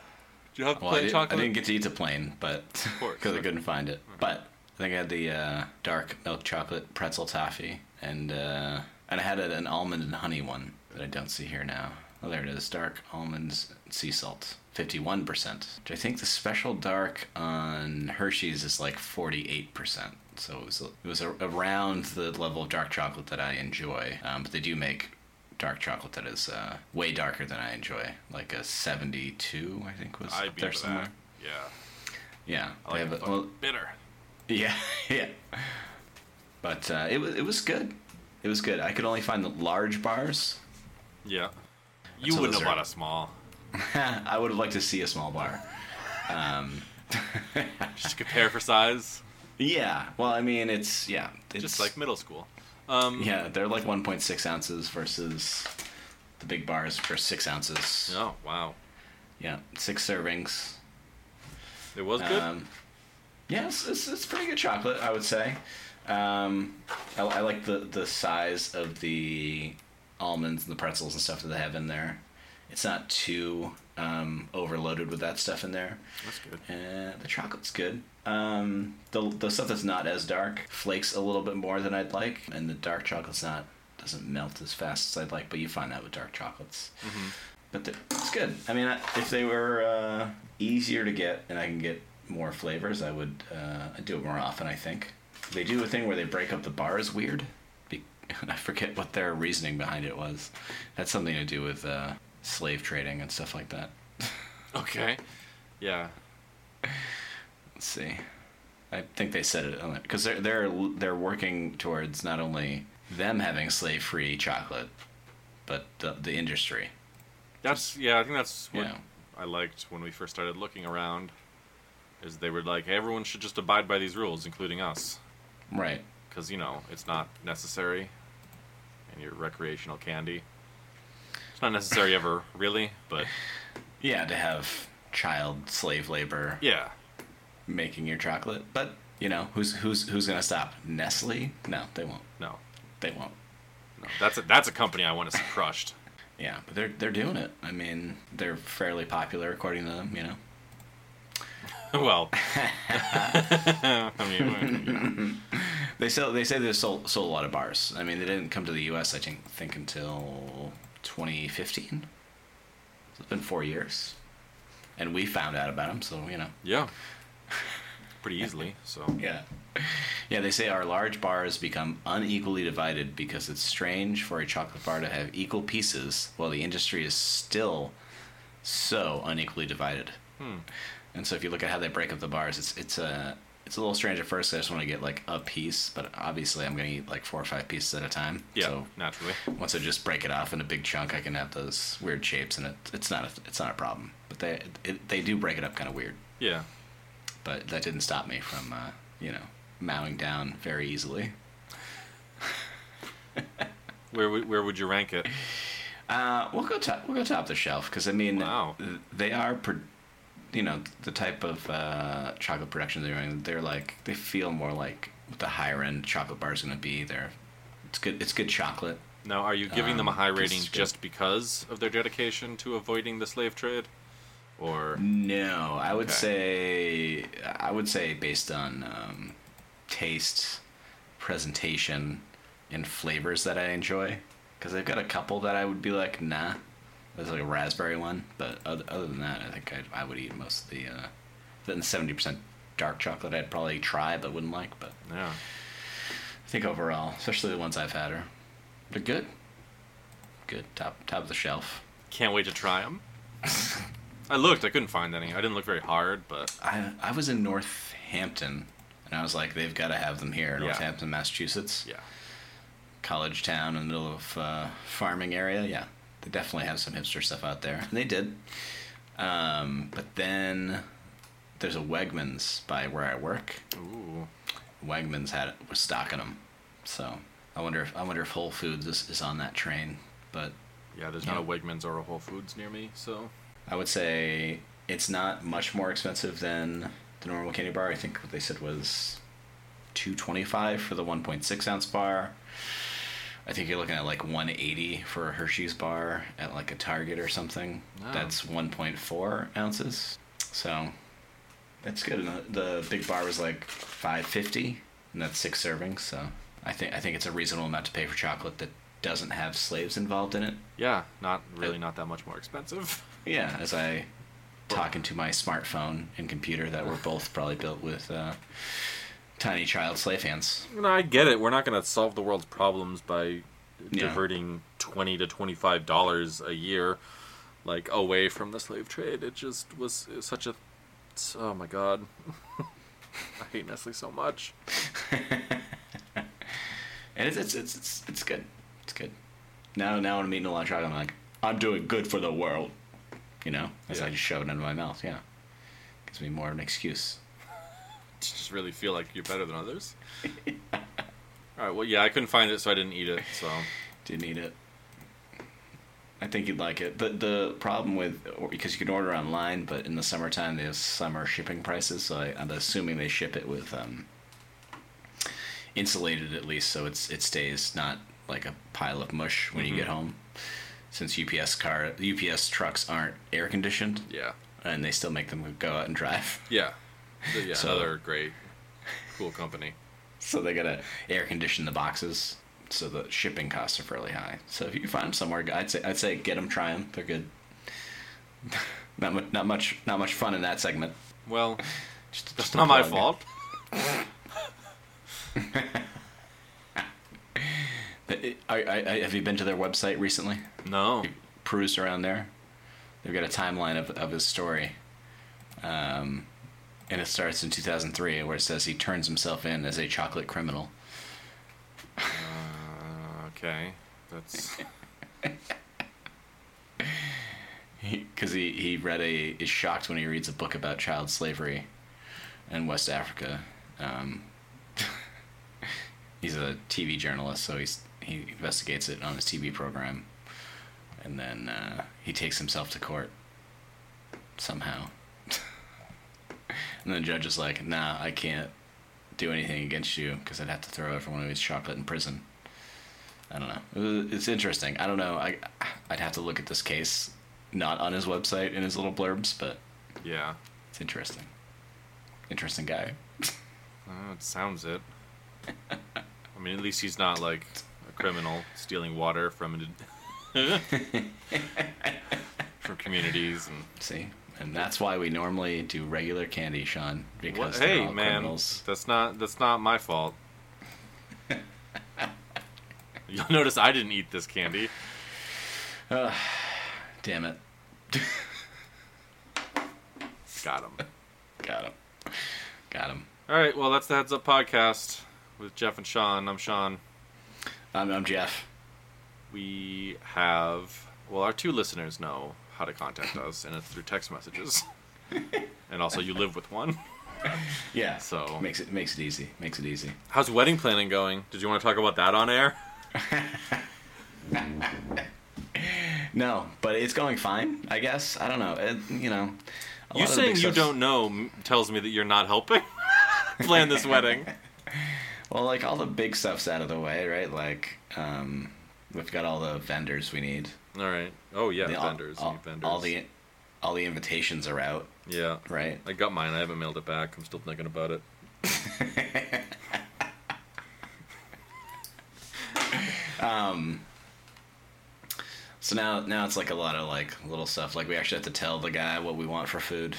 Speaker 1: Do you have the
Speaker 2: Well, I,
Speaker 1: plain
Speaker 2: did,
Speaker 1: chocolate?
Speaker 2: I didn't get to eat the plain, but
Speaker 1: course,
Speaker 2: [LAUGHS] because I
Speaker 1: okay.
Speaker 2: couldn't find it. But I think I had the uh, dark milk chocolate pretzel toffee, and uh, and I had an almond and honey one that I don't see here now. Oh, there it is. Dark almonds, sea salt, fifty-one percent. Which I think the special dark on Hershey's is like forty-eight percent. So it was it was a, around the level of dark chocolate that I enjoy. Um, but they do make dark chocolate that is uh, way darker than I enjoy, like a seventy-two. I think was
Speaker 1: I'd
Speaker 2: up
Speaker 1: be
Speaker 2: there
Speaker 1: for
Speaker 2: somewhere.
Speaker 1: that. Yeah.
Speaker 2: Yeah,
Speaker 1: I like
Speaker 2: they
Speaker 1: it
Speaker 2: have a-
Speaker 1: fucking
Speaker 2: well, [LAUGHS]
Speaker 1: bitter.
Speaker 2: yeah, yeah. But uh, it was it was good. It was good. I could only find the large bars. [LAUGHS]
Speaker 1: Yeah. You
Speaker 2: So
Speaker 1: wouldn't
Speaker 2: those
Speaker 1: have
Speaker 2: are-
Speaker 1: bought a small.
Speaker 2: I would have liked to see a small bar.
Speaker 1: Just compare for size.
Speaker 2: Yeah. Well, I mean, it's yeah. It's,
Speaker 1: Just like middle school. Um,
Speaker 2: yeah, they're like 1.6 ounces versus the big bars for six ounces.
Speaker 1: Oh wow.
Speaker 2: Yeah, six servings.
Speaker 1: It was good.
Speaker 2: Um, yeah, it's, it's, it's pretty good chocolate, I would say. Um, I, I like the, the size of the almonds and the pretzels and stuff that they have in there. It's not too um, overloaded with that stuff in there.
Speaker 1: That's good.
Speaker 2: Uh, the chocolate's good. Um, the, the stuff that's not as dark flakes a little bit more than I'd like, and the dark chocolate's not doesn't melt as fast as I'd like. But you find that with dark chocolates. But the, it's good. I mean, I- if they were uh, easier to get and I can get more flavors, I would uh, I'd do it more often. I think they do a thing where they break up the bars weird. Be- [LAUGHS] I forget what their reasoning behind it was. That's something to do with uh, slave trading and stuff like that.
Speaker 1: Okay. Yeah.
Speaker 2: Let's see. I think they said it on it because they're they're they're working towards not only them having slave-free chocolate, but the, the industry.
Speaker 1: That's yeah. I think that's what
Speaker 2: Yeah.
Speaker 1: I liked when we first started looking around. Is they were like, hey, everyone should just abide by these rules, including us,
Speaker 2: Right.
Speaker 1: because you know it's not necessary, and your recreational candy. It's not necessary ever, really, but
Speaker 2: Yeah, to have child slave labor
Speaker 1: yeah,
Speaker 2: making your chocolate, but you know who's who's who's gonna stop Nestle? No, they won't.
Speaker 1: no,
Speaker 2: They won't.
Speaker 1: no. That's a that's a company I want to see crushed. [LAUGHS]
Speaker 2: Yeah, but they're they're doing it. I mean, they're fairly popular according to them. You know.
Speaker 1: well,
Speaker 2: [LAUGHS]
Speaker 1: [LAUGHS] I mean, you know,
Speaker 2: They sell. They say they sold sold a lot of bars. I mean, they didn't come to the U.S. I think think until 2015. So it's been four years, and we found out about them. So you know.
Speaker 1: yeah, pretty easily. So
Speaker 2: Yeah. Yeah, they say our large bars become unequally divided because it's strange for a chocolate bar to have equal pieces while the industry is still so unequally divided. And so if you look at how they break up the bars, it's it's a it's a little strange at first. I just want to get like a piece, but obviously I'm going to eat like four or five pieces at a time.
Speaker 1: yeah,
Speaker 2: So
Speaker 1: naturally.
Speaker 2: once I just break it off in a big chunk, I can have those weird shapes, and it, it's not a, it's not a problem. But they it, they do break it up kind of weird
Speaker 1: Yeah,
Speaker 2: but that didn't stop me from uh, you know mowing down very easily.
Speaker 1: where would- where would you rank it?
Speaker 2: Uh, we'll go top we'll go top the shelf because I mean
Speaker 1: Wow.
Speaker 2: th- they are pro- you know the type of uh, chocolate production they're doing. They're like they feel more like what the higher end chocolate bar is going to be. They're it's good it's good chocolate.
Speaker 1: Now, are you giving them a
Speaker 2: Um,
Speaker 1: high
Speaker 2: this
Speaker 1: rating
Speaker 2: is good.
Speaker 1: just because of their dedication to avoiding the slave trade, or
Speaker 2: No, I would say
Speaker 1: Okay.
Speaker 2: I would say based on um, taste, presentation, and flavors that I enjoy. Because I've got a couple that I would be like, nah. There's like a raspberry one, but other, other than that, I think I'd, I would eat most of the uh, then seventy percent dark chocolate. I'd probably try but wouldn't like. But
Speaker 1: yeah?
Speaker 2: I think overall, especially the ones I've had, are they're good. Good top top of the shelf.
Speaker 1: Can't wait to try
Speaker 2: [LAUGHS]
Speaker 1: them. I looked, I couldn't find any. I didn't look very hard, but
Speaker 2: I I was in Northampton, and I was like, they've got to have them here,
Speaker 1: Yeah.
Speaker 2: Northampton, Massachusetts,
Speaker 1: yeah,
Speaker 2: college town in the middle of uh, farming area. Yeah, they definitely have some hipster stuff out there, and they did. Um, but then there's a Wegmans by where I work.
Speaker 1: Ooh.
Speaker 2: Wegmans had was stocking them, so I wonder if I wonder if Whole Foods is, is on that train. But
Speaker 1: Yeah, there's not a Wegmans or a Whole Foods near me, so
Speaker 2: I would say it's not much more expensive than the normal candy bar. I think what they said was two twenty five for the one point six ounce bar. I think you're looking at like one eighty for a Hershey's bar at like a Target or something.
Speaker 1: Oh.
Speaker 2: That's one point four ounces. So that's good. And the the big bar was like five fifty, and that's six servings. So I think I think it's a reasonable amount to pay for chocolate that doesn't have slaves involved in it.
Speaker 1: yeah, not really
Speaker 2: Uh,
Speaker 1: not that much more expensive. [LAUGHS]
Speaker 2: Yeah, as I talk into my smartphone and computer that were both probably built with uh, tiny child slave hands.
Speaker 1: No, I get it. We're not going to solve the world's problems by
Speaker 2: Yeah.
Speaker 1: diverting 20 to 25 dollars a year like away from the slave trade. It just was such a it's- oh my god. [LAUGHS] I hate Nestle so much.
Speaker 2: And it's it's it's it's, it's good. It's good. Now now when I'm eating a lot of chocolate, I'm like, I'm doing good for the world. You know, as I
Speaker 1: Yeah.
Speaker 2: just shove it into my mouth. Yeah, gives me more of an excuse.
Speaker 1: to just really feel like you're better than
Speaker 2: [LAUGHS]
Speaker 1: others. All right. Well, yeah, I couldn't find it, so I didn't eat it. So
Speaker 2: Didn't eat it. I think you'd like it. The the problem with or- because you can order online, but in the summertime they have summer shipping prices, so I, I'm assuming they ship it with um, insulated at least, so it's it stays not like a pile of mush when you get home. Since UPS car UPS trucks aren't air conditioned,
Speaker 1: yeah,
Speaker 2: and they still make them go out and drive,
Speaker 1: yeah, so, yeah.
Speaker 2: So-
Speaker 1: another great, cool company.
Speaker 2: so they gotta air condition the boxes. So the shipping costs are fairly high. So if you find 'em somewhere, I'd say I'd say get them, try them. They're good. [LAUGHS] not much, not much, not much fun in that segment.
Speaker 1: Well,
Speaker 2: [LAUGHS] Just,
Speaker 1: that's
Speaker 2: just a
Speaker 1: not my
Speaker 2: plug.
Speaker 1: fault.
Speaker 2: I, I, I- have you been to their website recently?
Speaker 1: No.
Speaker 2: Perused around there. They've got a timeline of of his story, um, and it starts in 2003, where it says he turns himself in as a chocolate criminal.
Speaker 1: Uh, okay, that's
Speaker 2: because he, he read a is shocked when he reads a book about child slavery in West Africa. Um, [LAUGHS] he's a TV journalist, so he's he investigates it on his TV program, and then uh, he takes himself to court somehow. [LAUGHS] and the judge is like, "Nah, I can't do anything against you because I'd have to throw everyone who eats chocolate in prison." I don't know. It- It's interesting. I don't know. I I'd have to look at this case, not on his website in his little blurbs, but
Speaker 1: yeah.
Speaker 2: it's interesting. Interesting guy.
Speaker 1: Uh, it sounds it. I mean, at least he's not like a criminal stealing water from [LAUGHS] from communities and
Speaker 2: See, and that's why we normally do regular candy, Sean,
Speaker 1: What?
Speaker 2: because they're
Speaker 1: Hey,
Speaker 2: all
Speaker 1: man,
Speaker 2: criminals.
Speaker 1: that's not that's not my fault. You'll notice I didn't eat this candy.
Speaker 2: Damn it,
Speaker 1: Got him.
Speaker 2: got him, got him.
Speaker 1: All right, well that's the Heads Up podcast with Jeff and Sean. I'm Sean.
Speaker 2: I'm, I'm Jeff.
Speaker 1: We have well our two listeners know how to contact us, and it's through text messages. and also, you live with one.
Speaker 2: Yeah.
Speaker 1: So-
Speaker 2: makes it makes it easy. Makes it easy.
Speaker 1: How's wedding planning going? Did you want to talk about that on air?
Speaker 2: No, but it's going fine. I guess. I don't know. It, you know. a
Speaker 1: you
Speaker 2: lot of the big
Speaker 1: saying you
Speaker 2: stuff's-
Speaker 1: don't know m- tells me that you're not helping [LAUGHS] plan this
Speaker 2: [LAUGHS]
Speaker 1: wedding.
Speaker 2: Well, like all the big stuff's out of the way, right? Like, um, we've got all the vendors we need.
Speaker 1: All right. Oh yeah,
Speaker 2: The- all-
Speaker 1: vendors.
Speaker 2: all,
Speaker 1: need vendors.
Speaker 2: all the all the invitations are out,
Speaker 1: Yeah.
Speaker 2: right?
Speaker 1: I got mine. I haven't mailed it back. I'm still thinking about it.
Speaker 2: So now now it's like a lot of like little stuff. Like we actually have to tell the guy what we want for food.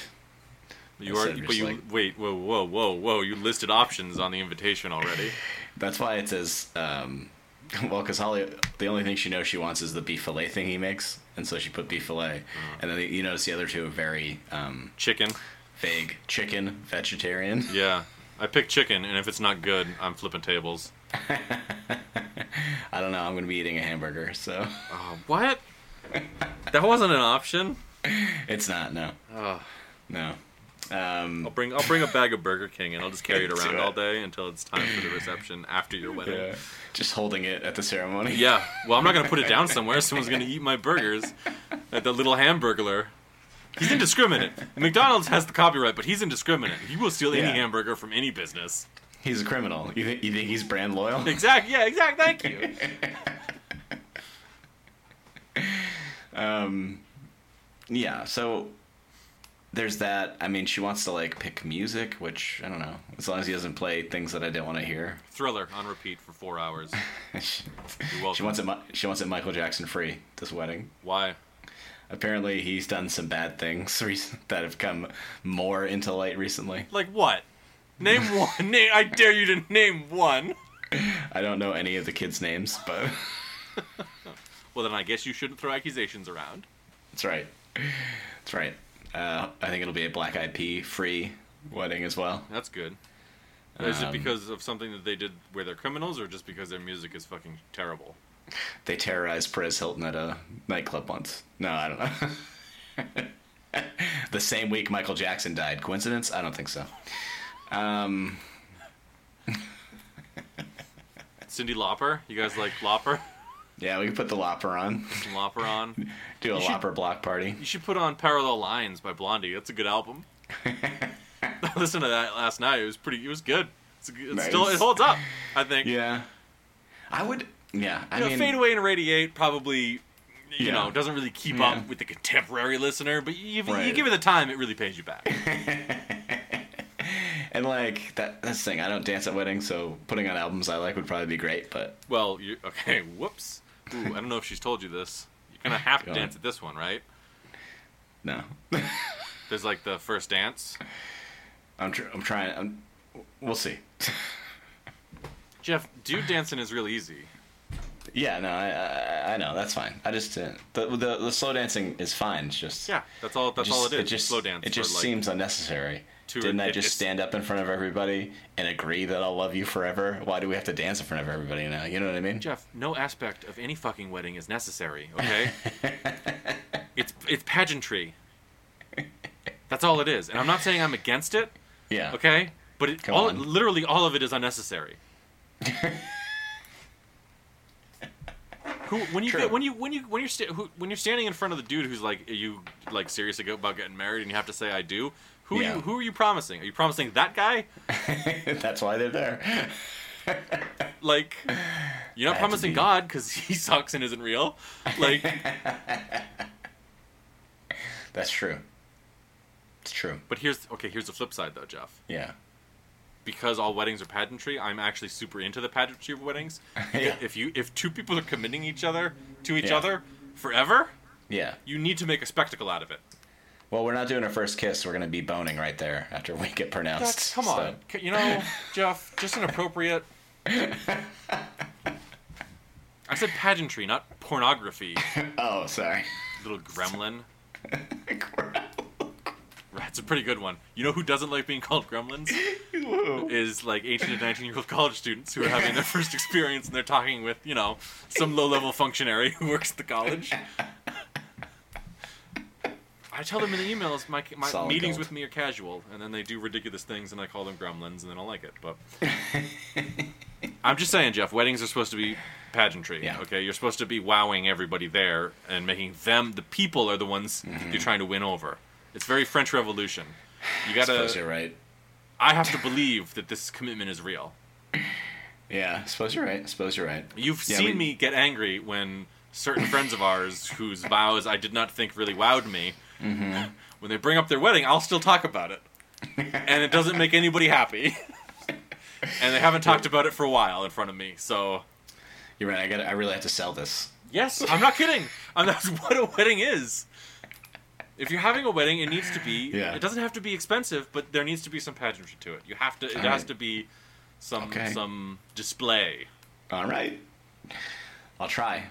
Speaker 1: You
Speaker 2: Instead
Speaker 1: are,
Speaker 2: of
Speaker 1: but
Speaker 2: just
Speaker 1: you
Speaker 2: like-
Speaker 1: wait. Whoa, whoa, whoa, whoa! You listed options on the invitation
Speaker 2: [LAUGHS]
Speaker 1: already.
Speaker 2: That's why it says, um, [LAUGHS] well, because Holly, the only thing she knows she wants is the beef fillet thing he makes, and so she put beef fillet.
Speaker 1: Uh-huh.
Speaker 2: And then you notice the other two are very um,
Speaker 1: Chicken.
Speaker 2: vague: chicken, vegetarian.
Speaker 1: Yeah, I picked chicken, and if it's not good, I'm flipping tables.
Speaker 2: I don't know. I'm gonna be eating a hamburger, so [LAUGHS]
Speaker 1: Oh, what? That wasn't an option.
Speaker 2: it's not. No,
Speaker 1: Oh,
Speaker 2: no. Um,
Speaker 1: I'll bring I'll bring a bag of Burger King and I'll just
Speaker 2: [LAUGHS]
Speaker 1: carry it
Speaker 2: Do
Speaker 1: around
Speaker 2: it.
Speaker 1: all day until it's time for the reception after your wedding.
Speaker 2: yeah. Just holding it at the ceremony.
Speaker 1: Yeah. Well, I'm not gonna put it down somewhere. [LAUGHS] Someone's gonna eat my burgers. At that little hamburglar. He's indiscriminate. McDonald's has the copyright, but he's indiscriminate. He will steal
Speaker 2: Yeah.
Speaker 1: any hamburger from any business.
Speaker 2: He's a criminal. You think you think he's
Speaker 1: [LAUGHS]
Speaker 2: brand loyal? [LAUGHS]
Speaker 1: Exactly. Yeah. Exactly. Thank you.
Speaker 2: Um, Yeah. So there's that. I mean, she wants to like pick music, which I don't know. As long as he doesn't play things that I don't want to hear. [LAUGHS]
Speaker 1: Thriller on repeat for four hours.
Speaker 2: she
Speaker 1: You're welcome.
Speaker 2: she wants it. Mi- She wants it Michael Jackson free. This wedding.
Speaker 1: Why?
Speaker 2: Apparently, he's done some bad things [LAUGHS] rec- that have come more into light recently.
Speaker 1: Like what? Name one. [LAUGHS] Name. I dare you to name one.
Speaker 2: I don't know any of the kids' names, but
Speaker 1: Well, then I guess you shouldn't throw accusations around.
Speaker 2: that's right. That's right. Uh, I think it'll be a Black IP free wedding as well.
Speaker 1: That's good. Is it
Speaker 2: Um,
Speaker 1: because of something that they did where they're criminals, or just because their music is fucking terrible?
Speaker 2: They terrorized Perez Hilton at a nightclub once. No, I don't know. [LAUGHS] the same week Michael Jackson died. Coincidence? I don't think so. Um,
Speaker 1: Cindy Lauper, you guys like Lauper? [LAUGHS]
Speaker 2: yeah, we could put the Lopper on.
Speaker 1: Some Lauper on.
Speaker 2: Do a
Speaker 1: You should-
Speaker 2: Lopper block party.
Speaker 1: You should put on Parallel Lines by Blondie. That's a good
Speaker 2: [LAUGHS]
Speaker 1: album. I listened to that last night. It was pretty. It was good. It's, a good- it's still it
Speaker 2: Nice.
Speaker 1: holds up. I think.
Speaker 2: Yeah. I would. Yeah, I
Speaker 1: You know,
Speaker 2: mean.
Speaker 1: Fade Away and Radiate probably. You
Speaker 2: Yeah.
Speaker 1: know, doesn't really keep
Speaker 2: Yeah.
Speaker 1: up with the contemporary listener, but you, you
Speaker 2: Right.
Speaker 1: give it the time, it really pays you back.
Speaker 2: And like that that's the thing, I don't dance at weddings, so putting on albums I like would probably be great, but
Speaker 1: Well, you okay? Whoops. Ooh, I don't know if she's told you this. You're gonna have to
Speaker 2: Go on.
Speaker 1: dance at this one, right?
Speaker 2: no.
Speaker 1: There's like the first dance.
Speaker 2: I'm tr- I'm trying I'm, we'll see. [LAUGHS]
Speaker 1: Jeff, dude dancing is real easy.
Speaker 2: Yeah, no, I, I I know, that's fine. I just uh, the, the the slow dancing is fine. It's just
Speaker 1: Yeah, that's all. That's all it is.
Speaker 2: It just
Speaker 1: slow dance.
Speaker 2: It just
Speaker 1: or, like,
Speaker 2: seems unnecessary.
Speaker 1: To-
Speaker 2: Didn't I
Speaker 1: it-
Speaker 2: just
Speaker 1: it's-
Speaker 2: stand up in front of everybody and agree that I'll love you forever? Why do we have to dance in front of everybody now? You know what I mean?
Speaker 1: Jeff, no aspect of any fucking wedding is
Speaker 2: [LAUGHS]
Speaker 1: necessary. Okay. it's it's pageantry. That's all it is, and I'm not saying I'm against it.
Speaker 2: Yeah.
Speaker 1: Okay, but it,
Speaker 2: Come
Speaker 1: all
Speaker 2: on.
Speaker 1: literally all of it is
Speaker 2: [LAUGHS]
Speaker 1: unnecessary. who when you
Speaker 2: True.
Speaker 1: get, when you when you when you're sta- who, when you're standing in front of the dude who's like are you like serious about getting married and you have to say I do. Who are
Speaker 2: Yeah.
Speaker 1: you who are you promising? Are you promising that guy?
Speaker 2: [LAUGHS] that's why they're there.
Speaker 1: Like you're not
Speaker 2: That's
Speaker 1: promising
Speaker 2: me.
Speaker 1: God because [LAUGHS] he sucks and isn't real.
Speaker 2: [LAUGHS]
Speaker 1: Like
Speaker 2: That's true. It's true.
Speaker 1: but here's okay. Here's the flip side though, Jeff.
Speaker 2: Yeah.
Speaker 1: Because all weddings are pageantry, I'm actually super into the pageantry of weddings.
Speaker 2: [LAUGHS] Yeah.
Speaker 1: If you if two people are committing each other to each
Speaker 2: Yeah.
Speaker 1: other forever,
Speaker 2: Yeah.
Speaker 1: you need to make a spectacle out of it.
Speaker 2: Well, we're not doing a first kiss. We're gonna be boning right there after we get pronounced.
Speaker 1: That's, come
Speaker 2: so-
Speaker 1: on, C- you know, Jeff, just
Speaker 2: [LAUGHS]
Speaker 1: inappropriate. I said pageantry, not pornography.
Speaker 2: Oh, sorry. [LAUGHS]
Speaker 1: Little gremlin. That's a pretty good one. You know who doesn't like being called gremlins? Is like 18 to 19 year old college students who are having their first experience and they're talking with, you know, some low level functionary who works at the college. I tell them in the emails my, my
Speaker 2: Solid
Speaker 1: meetings
Speaker 2: gold.
Speaker 1: with me are casual, and then they do ridiculous things, and I call them gremlins, and they don't like it.
Speaker 2: [LAUGHS]
Speaker 1: But I'm just saying, Jeff, weddings are supposed to be pageantry.
Speaker 2: Yeah.
Speaker 1: Okay, you're supposed to be wowing everybody there and making them the people are the ones
Speaker 2: Mm-hmm.
Speaker 1: you're trying to win over. It's very French Revolution. You
Speaker 2: I suppose you're
Speaker 1: gotta.
Speaker 2: right.
Speaker 1: I have to believe that this commitment is real.
Speaker 2: Yeah, I suppose you're right. I suppose you're right.
Speaker 1: You've
Speaker 2: Yeah,
Speaker 1: seen
Speaker 2: we-
Speaker 1: me get angry when certain friends of ours, whose vows I did not think really wowed me,
Speaker 2: Mm-hmm.
Speaker 1: when they bring up their wedding, I'll still talk about it, and it doesn't make anybody happy. [LAUGHS] and they haven't talked about it for a while in front of me, so
Speaker 2: You're right. I got. to I really have to sell this.
Speaker 1: Yes, I'm not [LAUGHS] kidding. And that's what a wedding is. If you're having a wedding, it needs to be.
Speaker 2: Yeah.
Speaker 1: It doesn't have to be expensive, but there needs to be some pageantry to it. You have to. It
Speaker 2: All
Speaker 1: has
Speaker 2: right.
Speaker 1: to be some
Speaker 2: Okay.
Speaker 1: some display.
Speaker 2: All right. I'll try.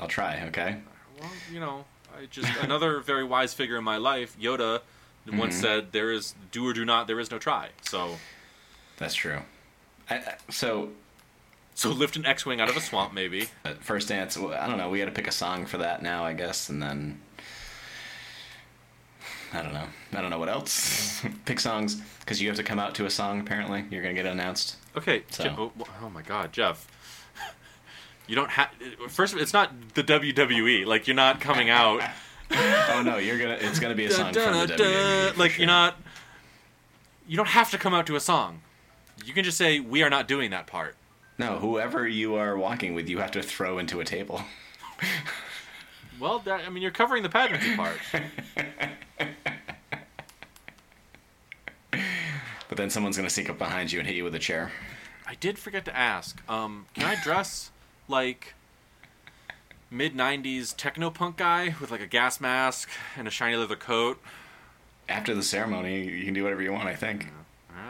Speaker 2: I'll try. Okay.
Speaker 1: Well, you know, I just [LAUGHS] another very wise figure in my life, Yoda, once
Speaker 2: Mm-hmm.
Speaker 1: said, "There is do or do not. There is no try." So,
Speaker 2: That's true. I, I- so
Speaker 1: so lift an X-wing out of a swamp, maybe.
Speaker 2: uh, first dance. well, I don't know. We got to pick a song for that now, I guess, and then. I don't know. I don't know what else. [LAUGHS] Pick songs because you have to come out to a song. Apparently, you're gonna get announced.
Speaker 1: Okay.
Speaker 2: So.
Speaker 1: Je- oh, wh- oh my God, Jeff. [LAUGHS] You don't have. First of all, it's not the WWE. Like you're not coming out.
Speaker 2: Oh no, you're gonna. [LAUGHS] It's gonna be a song from the
Speaker 1: Dun, dun, dun.
Speaker 2: WWE. for
Speaker 1: like
Speaker 2: sure.
Speaker 1: you're not. You don't have to come out to a song. You can just say we are not doing that part.
Speaker 2: No, whoever you are walking with, you have to throw into a table.
Speaker 1: Well, that, I mean, you're covering the pageantry part.
Speaker 2: But then someone's gonna sneak up behind you and hit you with a chair.
Speaker 1: I did forget to ask. Um, can I dress like mid '90s techno punk guy with like a gas mask and a shiny leather coat?
Speaker 2: After the ceremony, you can do whatever you want. I think.
Speaker 1: All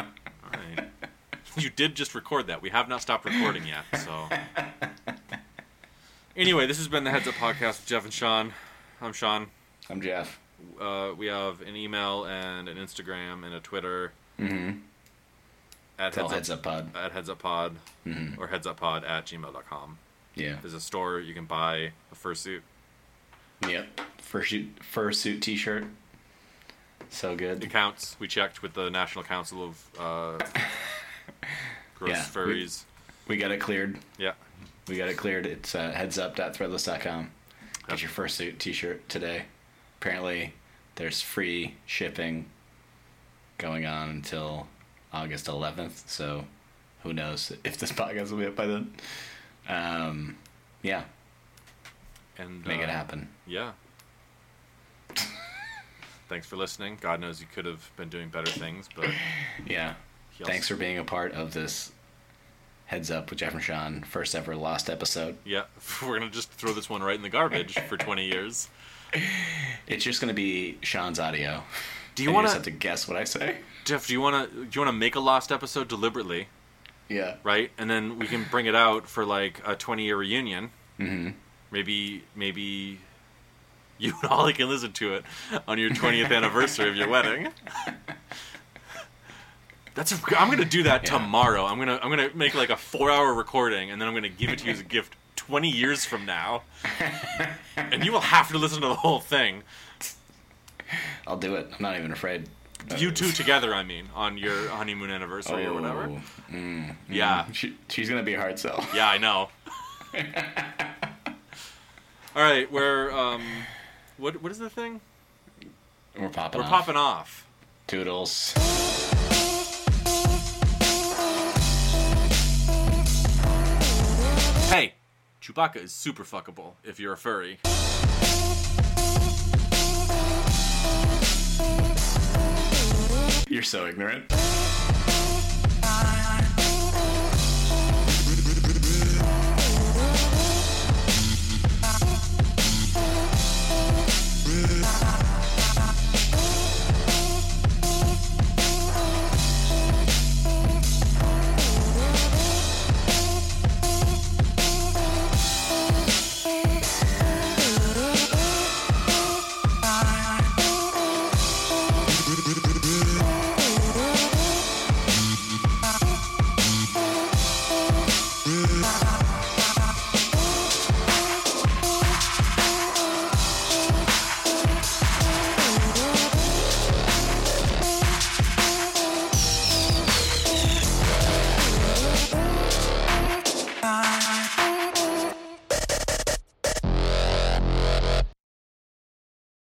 Speaker 1: right. All right. You did just record that. We have not stopped recording yet, so. Anyway, this has been the Heads Up Podcast with Jeff and Sean. I'm Sean.
Speaker 2: I'm Jeff.
Speaker 1: Uh, we have an email and an Instagram and a Twitter. Mm-hmm. At
Speaker 2: That's
Speaker 1: heads,
Speaker 2: heads up Mm-hmm. pod.
Speaker 1: at heads up pod or heads up pod at gmail.com.
Speaker 2: Yeah.
Speaker 1: There's a store you can buy a fursuit.
Speaker 2: Yep. Fursuit fursuit t-shirt. So
Speaker 1: It
Speaker 2: good.
Speaker 1: counts. We checked with the National Council of uh,
Speaker 2: [LAUGHS]
Speaker 1: Gross
Speaker 2: Yeah, we-
Speaker 1: Furries.
Speaker 2: We got it cleared.
Speaker 1: Yeah.
Speaker 2: We got it cleared. It's uh, headsup.threadless.com. Get your fursuit t-shirt today. Apparently, there's free shipping going on until August 11th. So, who knows if this [LAUGHS] podcast will be up by then? Um, yeah,
Speaker 1: And
Speaker 2: make it
Speaker 1: uh,
Speaker 2: happen.
Speaker 1: Yeah. Thanks for listening. God knows you could have been doing better things, but
Speaker 2: Yeah.
Speaker 1: Yes.
Speaker 2: [LAUGHS] Thanks for being a part of this heads up with Jeff and Sean first ever lost episode.
Speaker 1: yeah, [LAUGHS] we're gonna just throw this one right in the garbage for 20
Speaker 2: [LAUGHS]
Speaker 1: years.
Speaker 2: It's just gonna be Sean's audio.
Speaker 1: Do you
Speaker 2: And
Speaker 1: want
Speaker 2: just have to
Speaker 1: to,
Speaker 2: guess what I say?
Speaker 1: Jeff? Do you want to, do you want to make a lost episode deliberately,
Speaker 2: Yeah.
Speaker 1: right? And then we can bring it out for like a 20 year reunion. Mm-hmm. Maybe, maybe you and Ollie can listen to it on your 20th anniversary of your wedding. That's a, I'm gonna do that
Speaker 2: Yeah.
Speaker 1: tomorrow. I'm gonna I'm gonna make like a four hour recording and then I'm gonna give it to you as a gift 20 years from now, and you will have to listen to the whole thing.
Speaker 2: I'll do it. I'm not even afraid.
Speaker 1: You two together, I mean, on your honeymoon anniversary or
Speaker 2: Oh,
Speaker 1: whatever. Yeah,
Speaker 2: She, she's gonna be a hard sell.
Speaker 1: yeah, I know. All right, we're um, what what is the thing?
Speaker 2: We're popping.
Speaker 1: We're
Speaker 2: off.
Speaker 1: popping off.
Speaker 2: Toodles.
Speaker 1: Hey, Chewbacca is super fuckable if you're a furry.
Speaker 2: You're so ignorant.